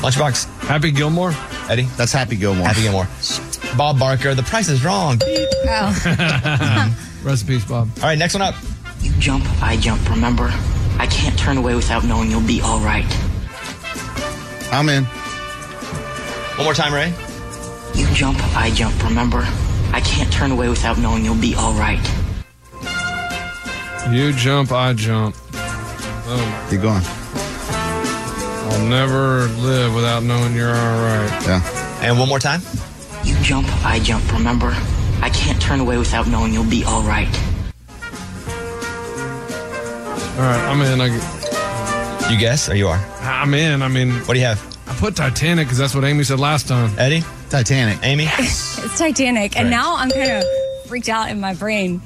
[SPEAKER 1] Lunchbox.
[SPEAKER 7] Happy Gilmore.
[SPEAKER 1] Eddie.
[SPEAKER 6] That's Happy Gilmore.
[SPEAKER 1] Happy Gilmore. Bob Barker. The price is wrong.
[SPEAKER 9] Oh,
[SPEAKER 7] Recipes, Bob.
[SPEAKER 1] All right, next one up.
[SPEAKER 14] You jump, I jump, remember? I can't turn away without knowing you'll be all right.
[SPEAKER 6] I'm in.
[SPEAKER 1] One more time, Ray.
[SPEAKER 14] You jump, I jump, remember? I can't turn away without knowing you'll be all right.
[SPEAKER 7] You jump, I jump. Oh.
[SPEAKER 6] Keep going.
[SPEAKER 7] I'll never live without knowing you're all right.
[SPEAKER 6] Yeah.
[SPEAKER 1] And one more time.
[SPEAKER 14] You jump, I jump, remember? I can't turn away without knowing you'll be all right.
[SPEAKER 7] All right, I'm in. I, g-
[SPEAKER 1] You guess or you are?
[SPEAKER 7] I'm in. I mean,
[SPEAKER 1] what do you have?
[SPEAKER 7] I put Titanic because that's what Amy said last time.
[SPEAKER 1] Eddie?
[SPEAKER 6] Titanic.
[SPEAKER 1] Amy?
[SPEAKER 9] It's Titanic, and
[SPEAKER 7] Right.
[SPEAKER 9] now I'm kind of freaked out in my brain.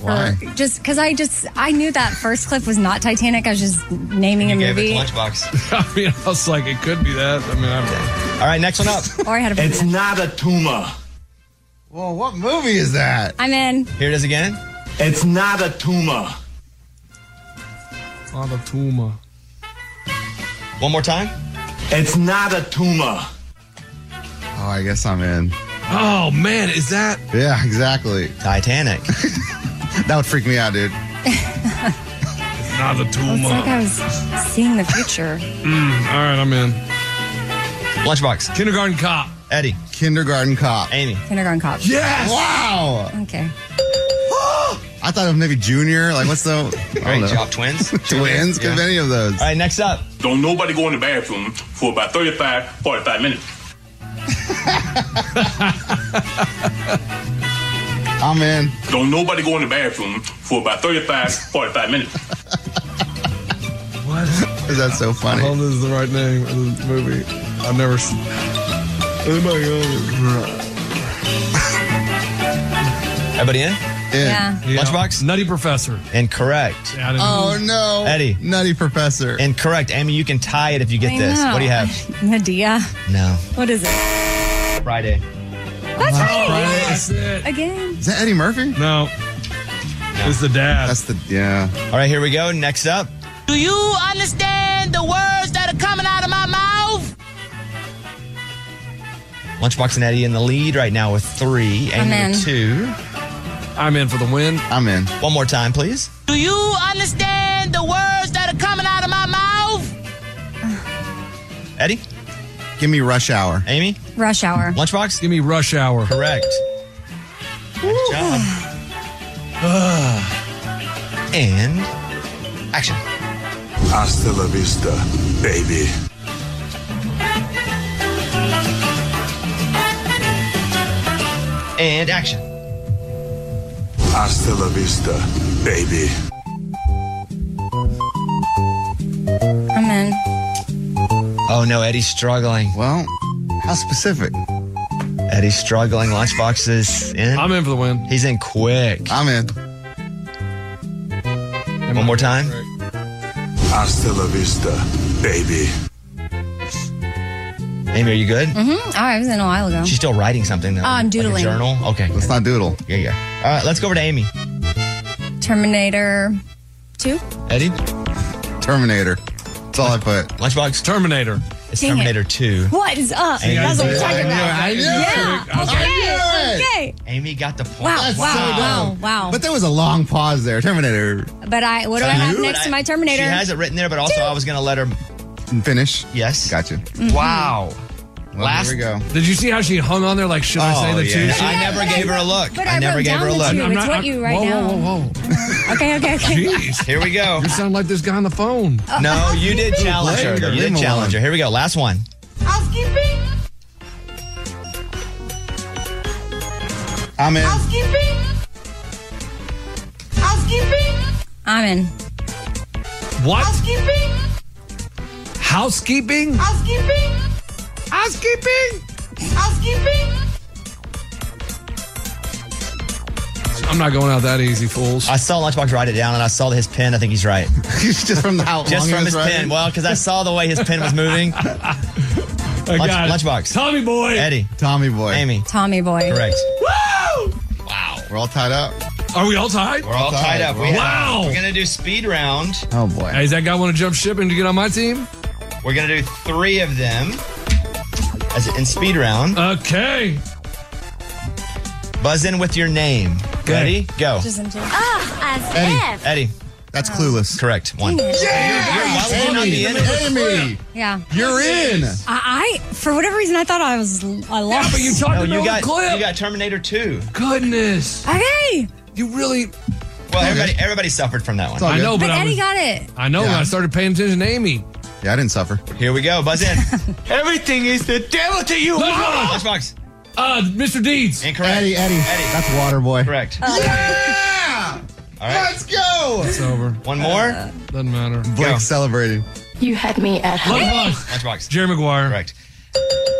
[SPEAKER 1] Why?
[SPEAKER 9] For- Just because I just I knew that first clip was not Titanic. I was just naming a movie,
[SPEAKER 7] Lunchbox. I mean, I was like, it could be that. I mean, I'm.
[SPEAKER 1] All right, next one up.
[SPEAKER 9] or I had a.
[SPEAKER 1] not a tumor.
[SPEAKER 6] Well, what movie is that?
[SPEAKER 9] I'm in.
[SPEAKER 1] Here it is again. It's not a tumor.
[SPEAKER 7] Not a tumor.
[SPEAKER 1] One more time.
[SPEAKER 6] It's not a tumor. Oh, I guess I'm in.
[SPEAKER 7] Oh man, is that?
[SPEAKER 6] Yeah, exactly.
[SPEAKER 1] Titanic.
[SPEAKER 6] that would freak me out, dude.
[SPEAKER 7] Not a
[SPEAKER 9] It's
[SPEAKER 7] tumor.
[SPEAKER 9] like I was seeing the future.
[SPEAKER 7] Mm, all right, I'm in.
[SPEAKER 1] Lunchbox.
[SPEAKER 7] Kindergarten Cop.
[SPEAKER 1] Eddie.
[SPEAKER 6] Kindergarten Cop.
[SPEAKER 1] Amy.
[SPEAKER 9] Kindergarten Cop.
[SPEAKER 6] Yes! Wow!
[SPEAKER 9] Okay.
[SPEAKER 6] I thought of maybe Junior. Like, what's the?
[SPEAKER 11] Great job,
[SPEAKER 1] twins.
[SPEAKER 6] twins. Could
[SPEAKER 11] Yeah.
[SPEAKER 6] be any of those. All
[SPEAKER 1] right, next up.
[SPEAKER 11] Don't nobody go in the bathroom for about 35, 45 minutes.
[SPEAKER 6] I'm in.
[SPEAKER 15] Don't nobody go in the bathroom for about 35, 45 minutes.
[SPEAKER 6] Is that so funny?
[SPEAKER 7] I hope this is the right name of the movie. I've never seen. Oh my
[SPEAKER 1] Everybody in?
[SPEAKER 9] Yeah. Yeah.
[SPEAKER 1] Lunchbox?
[SPEAKER 7] Nutty Professor.
[SPEAKER 1] Incorrect.
[SPEAKER 7] Yeah, I didn't- Oh,
[SPEAKER 6] no.
[SPEAKER 1] Eddie.
[SPEAKER 6] Nutty Professor.
[SPEAKER 1] Incorrect. Amy, you can tie it if you get
[SPEAKER 9] I
[SPEAKER 1] this.
[SPEAKER 9] know.
[SPEAKER 1] What do you have?
[SPEAKER 9] Medea.
[SPEAKER 1] No.
[SPEAKER 9] What is it?
[SPEAKER 1] Friday.
[SPEAKER 9] That's right.
[SPEAKER 6] Friday.
[SPEAKER 9] yes. Again.
[SPEAKER 6] Is that Eddie Murphy?
[SPEAKER 7] No.
[SPEAKER 1] It's the dad.
[SPEAKER 6] That's the, yeah.
[SPEAKER 1] All right, here we go. Next up.
[SPEAKER 5] Do you understand the words that are coming out of my mouth?
[SPEAKER 1] Lunchbox and Eddie in the lead right now with three.
[SPEAKER 5] I'm
[SPEAKER 1] Amy with
[SPEAKER 5] in.
[SPEAKER 1] two.
[SPEAKER 7] I'm in for the win.
[SPEAKER 6] I'm in.
[SPEAKER 1] One more time, please.
[SPEAKER 5] Do you understand the words that are coming out of my mouth?
[SPEAKER 1] Eddie?
[SPEAKER 6] Give me rush hour.
[SPEAKER 1] Amy?
[SPEAKER 9] Rush hour.
[SPEAKER 1] Lunchbox?
[SPEAKER 7] Give me rush hour.
[SPEAKER 1] Correct.
[SPEAKER 9] Good
[SPEAKER 1] job. and action.
[SPEAKER 16] Hasta la vista, baby.
[SPEAKER 1] And action.
[SPEAKER 16] Hasta la vista, baby.
[SPEAKER 9] I'm in.
[SPEAKER 1] Oh no, Eddie's struggling.
[SPEAKER 6] Well, how specific?
[SPEAKER 1] Eddie's struggling. Lunchbox is in.
[SPEAKER 7] I'm in for the win.
[SPEAKER 1] He's in quick.
[SPEAKER 6] I'm in.
[SPEAKER 1] One more time.
[SPEAKER 16] Hasta la vista, baby.
[SPEAKER 1] Amy, are you good?
[SPEAKER 9] Mm-hmm. Oh, I was in a while ago.
[SPEAKER 1] She's still writing something though.
[SPEAKER 9] Oh,
[SPEAKER 5] Ah,
[SPEAKER 9] I'm
[SPEAKER 1] Like a
[SPEAKER 9] doodling.
[SPEAKER 1] journal. Okay.
[SPEAKER 6] Let's not doodle.
[SPEAKER 1] Yeah, yeah. All right, let's go over to Amy.
[SPEAKER 9] Terminator 2.
[SPEAKER 1] Eddie?
[SPEAKER 6] Terminator. That's all I put.
[SPEAKER 1] Lunchbox.
[SPEAKER 7] Terminator.
[SPEAKER 1] It's
[SPEAKER 9] Dang it.
[SPEAKER 1] Terminator 2.
[SPEAKER 9] What is up?
[SPEAKER 1] Amy
[SPEAKER 9] That's what
[SPEAKER 1] did
[SPEAKER 9] I'm
[SPEAKER 1] it.
[SPEAKER 9] talking about.
[SPEAKER 6] I knew it.
[SPEAKER 9] Yeah.
[SPEAKER 6] I knew it.
[SPEAKER 9] Okay. Okay.
[SPEAKER 1] Amy got the point.
[SPEAKER 9] Wow.
[SPEAKER 6] That's
[SPEAKER 9] wow.
[SPEAKER 6] so
[SPEAKER 9] wow.
[SPEAKER 6] dumb.
[SPEAKER 9] Wow.
[SPEAKER 6] But there was a long pause there. Terminator.
[SPEAKER 9] But I, what do I have next to my Terminator?
[SPEAKER 1] She has it written there, but also I was going to let her.
[SPEAKER 6] Finish.
[SPEAKER 1] Yes.
[SPEAKER 6] Gotcha.
[SPEAKER 1] Wow.
[SPEAKER 6] Well,
[SPEAKER 1] Last-
[SPEAKER 6] here we go.
[SPEAKER 7] Did you see how she hung on there? Like, should I say
[SPEAKER 1] Oh,
[SPEAKER 7] the two?
[SPEAKER 1] yeah.
[SPEAKER 7] She-
[SPEAKER 1] I never gave her a look.
[SPEAKER 9] But
[SPEAKER 1] I
[SPEAKER 9] I
[SPEAKER 1] never
[SPEAKER 9] wrote
[SPEAKER 1] gave
[SPEAKER 9] down
[SPEAKER 1] her a
[SPEAKER 9] the
[SPEAKER 1] look.
[SPEAKER 9] two. It's what you write
[SPEAKER 7] whoa,
[SPEAKER 9] now.
[SPEAKER 7] Whoa, whoa, whoa.
[SPEAKER 9] Okay. Okay. Okay.
[SPEAKER 7] Jeez.
[SPEAKER 1] Here we go.
[SPEAKER 7] You sound like this guy on the phone.
[SPEAKER 9] Uh,
[SPEAKER 1] No, you did challenge her.
[SPEAKER 6] Later,
[SPEAKER 1] You
[SPEAKER 6] leave
[SPEAKER 1] did
[SPEAKER 6] him
[SPEAKER 1] challenge her. Here we go. Last one.
[SPEAKER 5] Housekeeping,
[SPEAKER 6] I'm in.
[SPEAKER 5] housekeeping, housekeeping,
[SPEAKER 9] I'm in.
[SPEAKER 7] What?
[SPEAKER 5] housekeeping,
[SPEAKER 7] Housekeeping?
[SPEAKER 5] housekeeping,
[SPEAKER 7] Housekeeping?
[SPEAKER 5] housekeeping.
[SPEAKER 7] I'm not going out that easy, fools.
[SPEAKER 1] I saw Lunchbox write it down, and I saw his pen. I think he's right.
[SPEAKER 6] Just from the how
[SPEAKER 1] Just
[SPEAKER 6] long it
[SPEAKER 1] from
[SPEAKER 6] was
[SPEAKER 1] his pen.
[SPEAKER 6] running.
[SPEAKER 1] Well, because I saw the way his pen was moving.
[SPEAKER 7] I
[SPEAKER 1] Lunch-
[SPEAKER 7] got it.
[SPEAKER 1] Lunchbox.
[SPEAKER 7] Tommy boy.
[SPEAKER 1] Eddie.
[SPEAKER 6] Tommy boy.
[SPEAKER 1] Amy.
[SPEAKER 9] Tommy boy.
[SPEAKER 1] Correct.
[SPEAKER 6] We're all tied up.
[SPEAKER 7] Are we all tied?
[SPEAKER 1] We're all tied up. We have-
[SPEAKER 7] Wow.
[SPEAKER 1] We're going to do speed round.
[SPEAKER 6] Oh boy.
[SPEAKER 7] Hey, does that guy want to jump ship and to get on my team?
[SPEAKER 1] We're going to do three of them as in speed round.
[SPEAKER 7] Okay.
[SPEAKER 1] Buzz in with your name. Ready? Go.
[SPEAKER 9] Just into
[SPEAKER 17] Oh, as
[SPEAKER 6] Eddie.
[SPEAKER 17] if.
[SPEAKER 1] Eddie.
[SPEAKER 6] That's clueless.
[SPEAKER 1] Correct. One. Why would you not be in it?
[SPEAKER 6] Amy,
[SPEAKER 9] Yeah.
[SPEAKER 6] you're in.
[SPEAKER 9] I, I, for whatever reason, I thought I was, I
[SPEAKER 7] Yeah,
[SPEAKER 9] lost.
[SPEAKER 7] but you talked
[SPEAKER 1] No,
[SPEAKER 7] about
[SPEAKER 1] Oh, you
[SPEAKER 7] the
[SPEAKER 1] got
[SPEAKER 7] clip.
[SPEAKER 1] you got Terminator 2.
[SPEAKER 7] Goodness.
[SPEAKER 9] okay.
[SPEAKER 7] You really.
[SPEAKER 1] Well, everybody everybody suffered from that
[SPEAKER 6] all
[SPEAKER 1] one.
[SPEAKER 7] I
[SPEAKER 6] good.
[SPEAKER 7] know, but,
[SPEAKER 9] But
[SPEAKER 7] I,
[SPEAKER 9] Eddie
[SPEAKER 7] was,
[SPEAKER 9] got it.
[SPEAKER 7] I know,
[SPEAKER 6] Yeah.
[SPEAKER 7] but I started paying attention to Amy.
[SPEAKER 6] Yeah, I didn't suffer.
[SPEAKER 1] Here we go. Buzz in.
[SPEAKER 11] Everything is the devil to you.
[SPEAKER 7] Let's go.
[SPEAKER 1] Lunchbox.
[SPEAKER 7] Uh, Mr. Deeds.
[SPEAKER 1] Incorrect.
[SPEAKER 6] Eddie, Eddie,
[SPEAKER 1] Eddie.
[SPEAKER 6] That's water boy.
[SPEAKER 1] Correct.
[SPEAKER 6] Yeah.
[SPEAKER 1] All right.
[SPEAKER 6] Let's go.
[SPEAKER 7] It's over.
[SPEAKER 1] One more.
[SPEAKER 7] Doesn't matter.
[SPEAKER 6] Blake
[SPEAKER 1] Go.
[SPEAKER 6] celebrating.
[SPEAKER 17] You had me at hello.
[SPEAKER 7] Lunchbox.
[SPEAKER 1] Lunchbox.
[SPEAKER 7] Jerry Maguire.
[SPEAKER 1] Correct.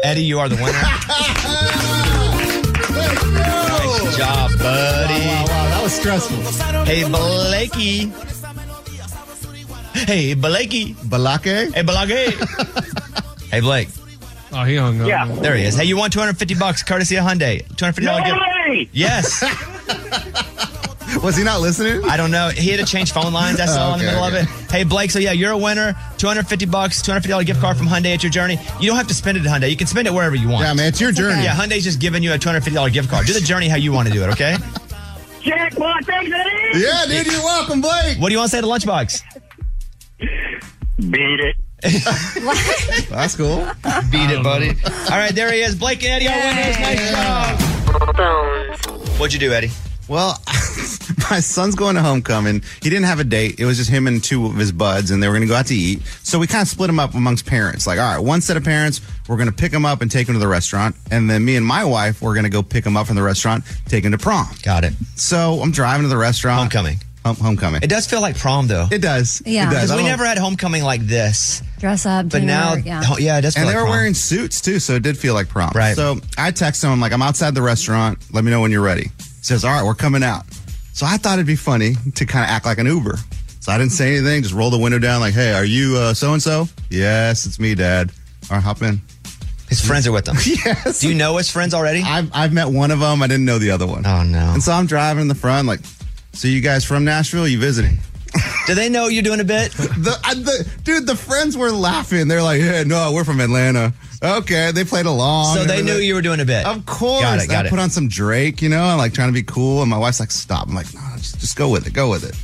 [SPEAKER 1] Eddie, you are the winner. Good job, buddy.
[SPEAKER 6] Wow, wow, that was stressful.
[SPEAKER 1] Hey, Blakey. Hey, Blakey.
[SPEAKER 6] Balake.
[SPEAKER 1] Hey, Blakey. hey, Blake.
[SPEAKER 7] Oh, he hung up.
[SPEAKER 13] Yeah.
[SPEAKER 1] There he is. Hey, you won 250 bucks courtesy of Hyundai. 250 dollars gift.
[SPEAKER 13] Hey!
[SPEAKER 1] Yes.
[SPEAKER 6] Was he not listening?
[SPEAKER 1] I don't know. He had to change phone lines. That's all in the
[SPEAKER 6] Okay,
[SPEAKER 1] middle
[SPEAKER 6] okay.
[SPEAKER 1] of it. Hey, Blake. So yeah, you're a winner. 250 bucks. 250 dollar gift card from Hyundai at your journey. You don't have to spend it at Hyundai. You can spend it wherever you want.
[SPEAKER 6] Yeah, man, it's your journey.
[SPEAKER 1] Yeah, Hyundai's just giving you a $250 gift card. Do the journey how you want to do it, okay?
[SPEAKER 13] Jackpot, thanks, Eddie!
[SPEAKER 6] Yeah, dude, you're welcome, Blake.
[SPEAKER 1] What do you want to say to Lunchbox?
[SPEAKER 13] Beat it.
[SPEAKER 6] That's cool.
[SPEAKER 1] Beat it, buddy. All right, there he is. Blake and Eddie are winners. Nice job. What'd you do, Eddie?
[SPEAKER 6] Well, my son's going to homecoming. He didn't have a date. It was just him and two of his buds, and they were going to go out to eat. So we kind of split him up amongst parents. Like, all right, one set of parents, we're going to pick him up and take him to the restaurant. And then me and my wife, we're going to go pick him up from the restaurant, take him to prom.
[SPEAKER 1] Got it.
[SPEAKER 6] So I'm driving to the restaurant. Homecoming. Home- homecoming.
[SPEAKER 1] It does feel like prom, though.
[SPEAKER 6] It does.
[SPEAKER 9] Yeah.
[SPEAKER 6] It does.
[SPEAKER 1] Because
[SPEAKER 6] I
[SPEAKER 1] we
[SPEAKER 6] don't-
[SPEAKER 1] never had homecoming like this.
[SPEAKER 9] Dress up.
[SPEAKER 1] But
[SPEAKER 9] dinner,
[SPEAKER 1] now,
[SPEAKER 9] yeah.
[SPEAKER 1] oh, yeah, it does. Feel
[SPEAKER 6] and
[SPEAKER 1] like
[SPEAKER 6] they were
[SPEAKER 1] prom.
[SPEAKER 6] wearing suits too, so it did feel like prom. Right. So I text him, I'm like, I'm outside the restaurant. Let me know when you're ready. He says, All right, we're coming out. So I thought it'd be funny to kind of act like an Uber. So I didn't say anything, just roll the window down, like, Hey, are you so and so? Yes, it's me, Dad. All right, hop in.
[SPEAKER 1] His friends are with him.
[SPEAKER 6] yes.
[SPEAKER 1] Do you know his friends already?
[SPEAKER 6] I've, I've met one of them. I didn't know the other one. Oh,
[SPEAKER 1] no.
[SPEAKER 6] And so I'm driving in the front, like, So you guys from Nashville? You visiting?
[SPEAKER 1] Do they know you're doing a bit?
[SPEAKER 6] the, I, the dude, the friends were laughing. They're like, "Yeah, no, we're from Atlanta." Okay, Oh, they played along.
[SPEAKER 1] So
[SPEAKER 6] and
[SPEAKER 1] they knew
[SPEAKER 6] everything.
[SPEAKER 1] you were doing a bit.
[SPEAKER 6] Of course,
[SPEAKER 1] Got it,
[SPEAKER 6] I
[SPEAKER 1] got it.
[SPEAKER 6] put on some Drake, you know, I'm like trying to be cool, and my wife's like, "Stop!" I'm like, "No, just, just go with it, go with it."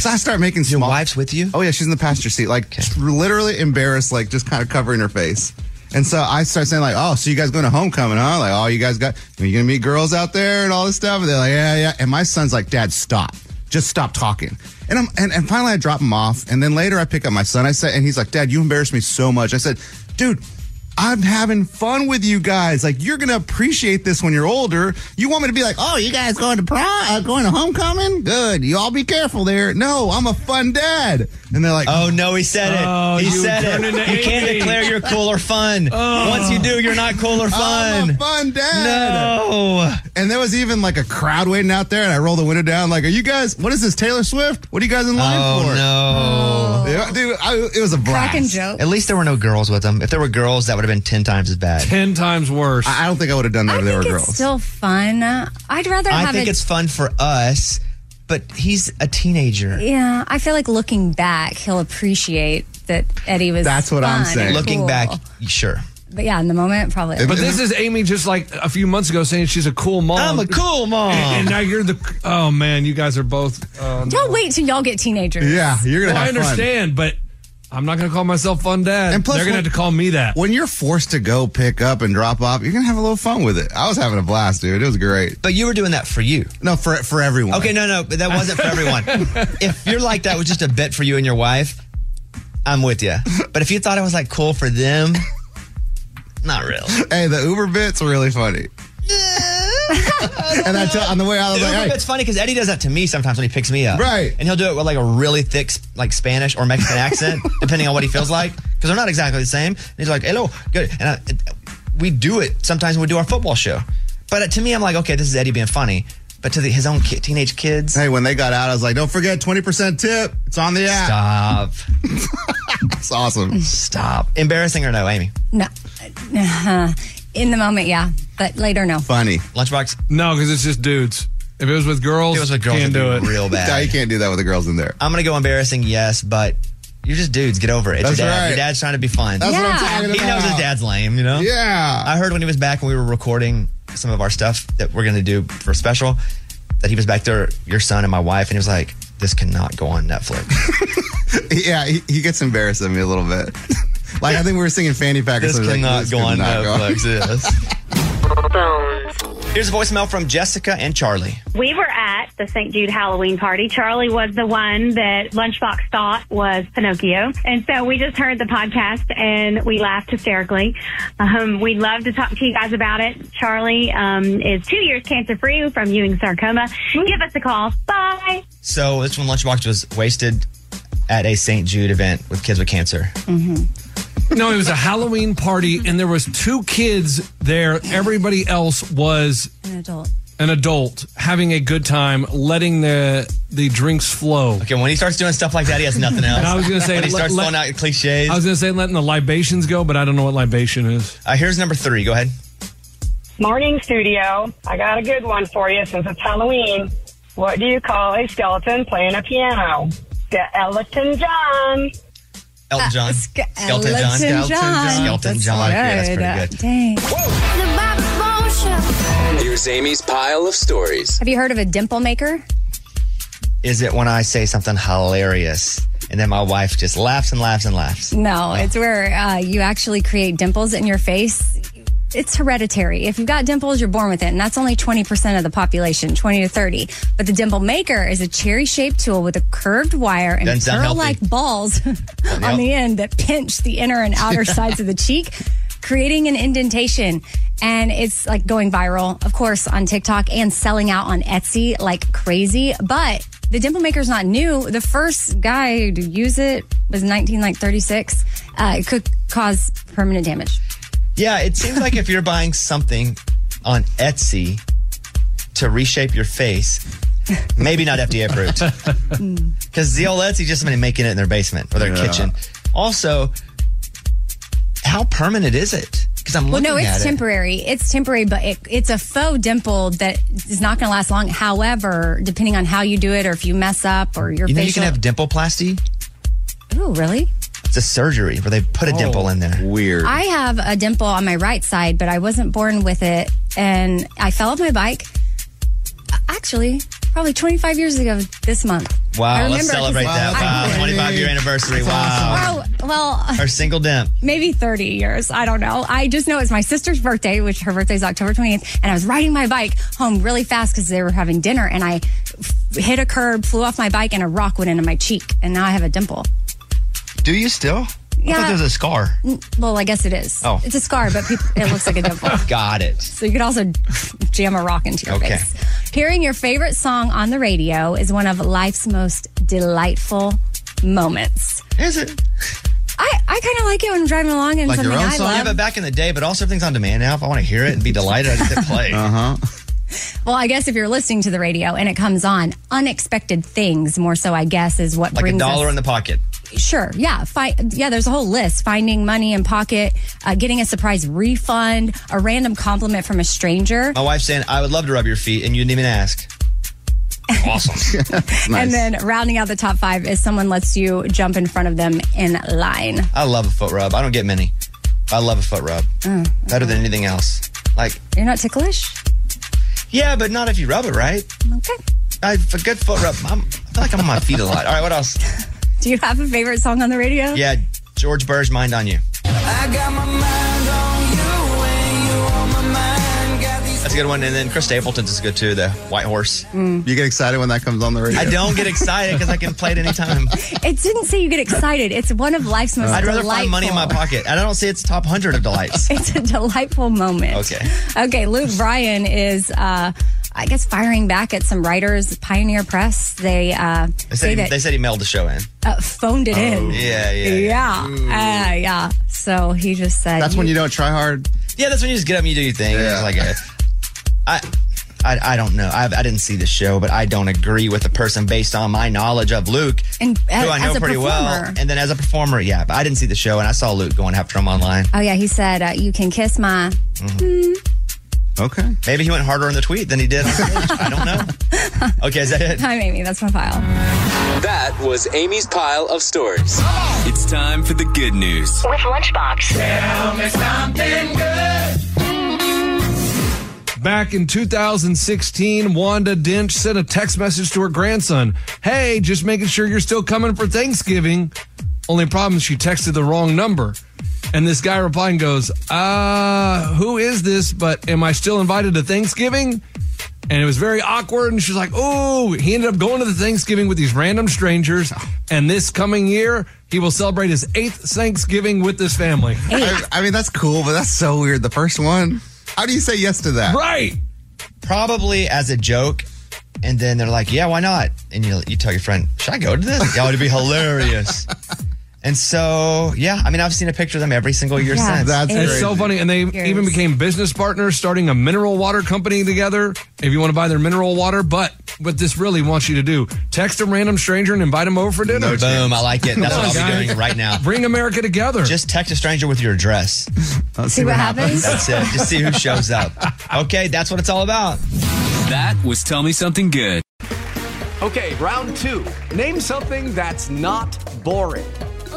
[SPEAKER 6] So I start making small. Your
[SPEAKER 1] wife's with you?
[SPEAKER 6] Oh yeah, she's in the passenger seat, like tr- literally embarrassed, like just kind of covering her face. And so I start saying like, "Oh, so you guys going to homecoming, huh? Like, oh, you guys got are you gonna meet girls out there and all this stuff?" And they're like, "Yeah, yeah." And my son's like, "Dad, stop, just stop talking." And I'm and, and finally I drop him off, and then later I pick up my son. I said, and he's like, "Dad, you embarrassed me so much." I said, "Dude." I'm having fun with you guys. Like you're gonna appreciate this when you're older. You want me to be like, oh, you guys going to prom, uh, going to homecoming? Good. You all be careful there. No, I'm a fun dad. And they're like,
[SPEAKER 1] oh no, he said it. he said it. You can't declare you're cool or fun. Once you do, you're not cool or
[SPEAKER 6] I'm a
[SPEAKER 1] fun.
[SPEAKER 6] fun dad.
[SPEAKER 1] No.
[SPEAKER 6] And there was even like a crowd waiting out there, and I rolled the window down. Like, are you guys? What is this? Taylor Swift? What are you guys in line
[SPEAKER 1] Oh,
[SPEAKER 6] for?
[SPEAKER 1] no.
[SPEAKER 6] Yeah, dude, I, it was a blast.
[SPEAKER 9] Cracking joke.
[SPEAKER 1] At least there were no girls with him. If there were girls, that would have been ten times as bad.
[SPEAKER 7] Ten times worse.
[SPEAKER 6] I, I don't think I would have done that if there were
[SPEAKER 9] it's
[SPEAKER 6] girls.
[SPEAKER 9] still fun. I'd rather
[SPEAKER 1] I
[SPEAKER 9] have
[SPEAKER 1] think
[SPEAKER 9] it.
[SPEAKER 1] it's fun for us, but he's a teenager.
[SPEAKER 9] yeah, I feel like looking back, he'll appreciate that Eddie was.
[SPEAKER 1] That's
[SPEAKER 7] what I'm
[SPEAKER 9] fun and
[SPEAKER 7] saying.
[SPEAKER 1] Looking
[SPEAKER 9] cool.
[SPEAKER 1] back, sure.
[SPEAKER 9] but yeah, in the moment, probably.
[SPEAKER 7] But this is Amy just like a few months ago saying she's a cool mom.
[SPEAKER 1] I'm a cool mom.
[SPEAKER 7] And, and now you're the. Oh man, you guys are both. Uh,
[SPEAKER 9] Don't wait till y'all get teenagers.
[SPEAKER 7] Well, I understand, but I'm not gonna call myself fun dad.
[SPEAKER 6] And plus
[SPEAKER 7] they're gonna
[SPEAKER 6] when-
[SPEAKER 7] have to call me that.
[SPEAKER 6] When you're forced to go pick up and drop off, you're gonna have a little fun with it. I was having a blast, dude. It was great.
[SPEAKER 1] But you were doing that for you.
[SPEAKER 6] No, for for everyone.
[SPEAKER 1] Okay, no, no, but that wasn't for everyone. if you're like that was just a bit for you and your wife, I'm with you. But if you thought it was like cool for them, not real.
[SPEAKER 6] Hey, the Uber bits are really funny. and I tell on the way out, I was like,
[SPEAKER 1] Uber
[SPEAKER 6] hey,
[SPEAKER 1] bit's funny because Eddie does that to me sometimes when he picks me up.
[SPEAKER 6] Right.
[SPEAKER 1] And he'll do it with like a really thick, like Spanish or Mexican accent, depending on what he feels like, because they're not exactly the same. And he's like, hello, good. And I, we do it sometimes when we do our football show. But uh, to me, I'm like, okay, this is Eddie being funny. But to the, his own ki- teenage kids.
[SPEAKER 6] Hey, when they got out, I was like, don't forget 20% tip. It's on the app.
[SPEAKER 1] Stop.
[SPEAKER 6] It's awesome.
[SPEAKER 1] Stop. Embarrassing or no, Amy?
[SPEAKER 9] No. Uh-huh. in the moment, yeah, but later, no.
[SPEAKER 6] Funny.
[SPEAKER 1] Lunchbox.
[SPEAKER 7] No, because it's just dudes. If it was with girls,
[SPEAKER 1] If it was with girls,
[SPEAKER 7] can't do
[SPEAKER 1] it'd
[SPEAKER 7] it.
[SPEAKER 1] be real bad.
[SPEAKER 6] No, you can't do that with the girls in there.
[SPEAKER 1] I'm gonna go embarrassing, yes, but you're just dudes. Get over it. It's
[SPEAKER 6] That's
[SPEAKER 1] your dad.
[SPEAKER 6] right.
[SPEAKER 1] Your dad's trying to be fun.
[SPEAKER 6] That's what I'm talking about.
[SPEAKER 1] He knows his dad's lame, you know?
[SPEAKER 6] Yeah.
[SPEAKER 1] I heard when he was back when we were recording some of our stuff that we're gonna do for special, that he was back there, your son and my wife, and he was like, This cannot go on Netflix.
[SPEAKER 6] Yeah, he, he gets embarrassed at me a little bit. like, I think we were singing Fanny Pack or
[SPEAKER 1] this
[SPEAKER 6] something. Like,
[SPEAKER 1] cannot
[SPEAKER 6] this
[SPEAKER 1] go
[SPEAKER 6] could
[SPEAKER 1] on
[SPEAKER 6] not go on.
[SPEAKER 1] Netflix. yes. Here's a voicemail from Jessica and Charlie.
[SPEAKER 18] We were at the St. Jude Halloween party. Charlie was the one that Lunchbox thought was Pinocchio. And so we just heard the podcast and we laughed hysterically. Um, we'd love to talk to you guys about it. Charlie um, is two years cancer free from Ewing sarcoma. Give us a call. Bye.
[SPEAKER 1] So this one Lunchbox was wasted at a St. Jude event with kids with cancer.
[SPEAKER 7] No, it was a Halloween party, and there was two kids there. Everybody else was
[SPEAKER 9] An adult.
[SPEAKER 7] an adult having a good time, letting the the drinks flow.
[SPEAKER 1] Okay, when he starts doing stuff like that, he has nothing else.
[SPEAKER 7] And I was gonna say,
[SPEAKER 1] when he
[SPEAKER 7] let-
[SPEAKER 1] starts
[SPEAKER 7] let-
[SPEAKER 1] throwing out cliches.
[SPEAKER 7] I was gonna say letting the libations go, but I don't know what libation is.
[SPEAKER 1] Uh, here's number three. Go ahead.
[SPEAKER 4] Morning, studio. I got a good one for you since it's Halloween. What do you call a skeleton playing a piano? Skeleton John.
[SPEAKER 1] Elton John. Skeleton John.
[SPEAKER 9] Elton Uh, John.
[SPEAKER 1] Skeleton
[SPEAKER 9] That's
[SPEAKER 1] John. Yeah, that's pretty
[SPEAKER 9] good.
[SPEAKER 1] good.
[SPEAKER 9] Dang.
[SPEAKER 12] Here's Amy's pile of stories.
[SPEAKER 9] Have you heard of a dimple maker?
[SPEAKER 1] Is it when I say something hilarious and then my wife just laughs and laughs and laughs?
[SPEAKER 9] No, it's where uh, you actually create dimples in your face it's hereditary. If you've got dimples, you're born with it, and that's only 20% of the population, 20 to 30. But the dimple maker is a cherry-shaped tool with a curved wire and
[SPEAKER 19] Doesn't sound
[SPEAKER 9] pearl-like
[SPEAKER 19] healthy.
[SPEAKER 9] balls on the end that pinch the inner and outer sides of the cheek, creating an indentation. And it's like going viral, of course, on TikTok and selling out on Etsy like crazy. But the dimple maker's not new. The first guy to use it was 1936. Uh, it could cause permanent damage.
[SPEAKER 1] Yeah, it seems like if you're buying something on Etsy to reshape your face, maybe not FDA
[SPEAKER 9] Hmm.
[SPEAKER 1] approved. Because the old Etsy just been making it in their basement or their
[SPEAKER 19] Yeah.
[SPEAKER 1] kitchen. Also, how permanent is it? Because I'm
[SPEAKER 9] Well,
[SPEAKER 1] looking
[SPEAKER 9] no,
[SPEAKER 1] at
[SPEAKER 9] it's
[SPEAKER 1] it.
[SPEAKER 9] temporary. It's temporary, but it, it's a faux dimple that is not going to last long. However, depending on how you do it, or if you mess up, or your
[SPEAKER 1] you know
[SPEAKER 9] facial.
[SPEAKER 1] you can have dimpleplasty.
[SPEAKER 9] Ooh, really?
[SPEAKER 1] It's a surgery where they
[SPEAKER 9] Oh.
[SPEAKER 1] put a dimple in there. Weird.
[SPEAKER 9] I have a dimple on my right side, but I wasn't born with it, and I fell off my bike. uh, Actually, probably 25 years ago this month. I
[SPEAKER 1] wow, let's
[SPEAKER 9] remember 'cause
[SPEAKER 1] celebrate that.
[SPEAKER 9] I-
[SPEAKER 1] Wow, 25 year anniversary. wow.
[SPEAKER 9] Oh, well,
[SPEAKER 1] Our single dimp.
[SPEAKER 9] maybe 30 years. I don't know. I just know it's my sister's birthday, which her birthday is October 28th. And I was riding my bike home really fast because they were having dinner. And I f- hit a curb, flew off my bike, and a rock went into my cheek. And now I have a dimple.
[SPEAKER 1] Do you still? I
[SPEAKER 9] Yeah.
[SPEAKER 1] thought there was a scar.
[SPEAKER 9] N- Well, I guess it is.
[SPEAKER 1] Oh.
[SPEAKER 9] It's a scar, but peop it looks like a dimple.
[SPEAKER 1] Got it.
[SPEAKER 9] So you could also jam a rock into your
[SPEAKER 1] Okay.
[SPEAKER 9] face. Hearing your favorite song on the radio is one of life's most delightful moments.
[SPEAKER 1] Is it?
[SPEAKER 9] I, I kind of like it when I'm driving along and something I
[SPEAKER 1] Yeah,
[SPEAKER 9] love.
[SPEAKER 1] but back in the day, but also everything's on demand now. If I want to hear it and be delighted, I just hit play. Uh huh.
[SPEAKER 9] Well, I guess if you're listening to the radio and it comes on, unexpected things, more so, I guess, is what
[SPEAKER 1] Like a
[SPEAKER 9] brings
[SPEAKER 1] dollar
[SPEAKER 9] us.
[SPEAKER 1] in the pocket.
[SPEAKER 9] sure, yeah, fi- yeah. There's a whole list: finding money in pocket, uh, getting a surprise refund, a random compliment from a stranger,
[SPEAKER 1] My wife's saying, I would love to rub your feet, and you didn't even ask. Awesome.
[SPEAKER 9] and then rounding out the top five is someone lets you jump in front of them in line.
[SPEAKER 1] I love a foot rub. I don't get many. I love a foot rub.
[SPEAKER 9] Mm.
[SPEAKER 1] Better than anything else. Like,
[SPEAKER 9] You're not ticklish.
[SPEAKER 1] yeah, but not if you rub it right.
[SPEAKER 9] Okay.
[SPEAKER 1] I, a good foot rub. I'm, I feel like I'm on my feet a lot. All right, what else?
[SPEAKER 9] Do you have a favorite song on the radio?
[SPEAKER 1] Yeah, George Burr's Mind on You. That's a good one. And then Chris Stapleton's is good too, the White Horse.
[SPEAKER 6] You get excited when that comes on the radio.
[SPEAKER 1] I don't get excited because I can play it anytime.
[SPEAKER 9] It didn't say you get excited. It's one of life's most.
[SPEAKER 1] I'd rather find
[SPEAKER 9] delightful.
[SPEAKER 1] money in my pocket. And I don't see it's top 100 of delights.
[SPEAKER 9] It's a delightful moment.
[SPEAKER 1] Okay.
[SPEAKER 9] Okay, Luke Bryan is, uh, I guess, firing back at some writers. Pioneer Press. They uh,
[SPEAKER 1] They
[SPEAKER 9] say
[SPEAKER 1] said, he,
[SPEAKER 9] that
[SPEAKER 1] they said he mailed the show in.
[SPEAKER 9] uh, phoned it in.
[SPEAKER 1] Yeah, yeah.
[SPEAKER 9] Yeah, yeah. Uh, yeah. So he just said.
[SPEAKER 1] don't try hard. Yeah, that's when you just get up and you do your thing. It's like a, I, I, I don't know. I've, I didn't see the show, but I don't agree with the person based on my knowledge of Luke,
[SPEAKER 9] And uh, as-
[SPEAKER 1] who I know
[SPEAKER 9] as a
[SPEAKER 1] pretty well.
[SPEAKER 9] performer.
[SPEAKER 1] And then as a performer, yeah, but I didn't see the show, and I saw Luke going after him online.
[SPEAKER 9] Oh yeah, he said uh, you can kiss my. Mm.
[SPEAKER 1] Okay. Maybe he went harder on the tweet than he did. On stage. I don't know. Okay, is that it?
[SPEAKER 9] Hi, Amy. That's my file.
[SPEAKER 12] That was Amy's pile of stories.
[SPEAKER 20] It's time for the good news.
[SPEAKER 11] With Lunchbox. Tell me something good.
[SPEAKER 7] Back in 2016, Wanda Dench sent a text message to her grandson Hey, just making sure you're still coming for Thanksgiving. Only problem is she texted the wrong number. And this guy replying goes, Uh, who is this? But am I still invited to Thanksgiving? And it was very awkward. And she's like, Oh, he ended up going to the Thanksgiving with these random strangers. And this coming year, he will celebrate his eighth Thanksgiving with this family.
[SPEAKER 6] I, I mean, that's cool, but that's so weird. The first one. How do you say yes to that?
[SPEAKER 7] Right.
[SPEAKER 1] Probably as a joke. And then they're like, yeah, why not? And you, you tell your friend, should I go to this? Yeah, it would be hilarious. and so, yeah, I mean, I've seen a picture of them every single year since.
[SPEAKER 7] it's so funny. And they even became business partners, starting a mineral water company together. If you want to buy their mineral water, but what this really wants you to do, text a random stranger and invite them over for dinner.
[SPEAKER 1] Boom, I like it. That's
[SPEAKER 7] Come
[SPEAKER 1] what I'll
[SPEAKER 7] on,
[SPEAKER 1] be
[SPEAKER 7] guys.
[SPEAKER 1] doing right now.
[SPEAKER 7] Bring America together.
[SPEAKER 1] Just text a stranger with your address.
[SPEAKER 6] Let's see what what happens. happens.
[SPEAKER 1] That's it. Just see who shows up. Okay, that's what it's all about.
[SPEAKER 20] That was Tell Me Something Good.
[SPEAKER 21] Okay, round two. Name something that's not boring.
[SPEAKER 22] A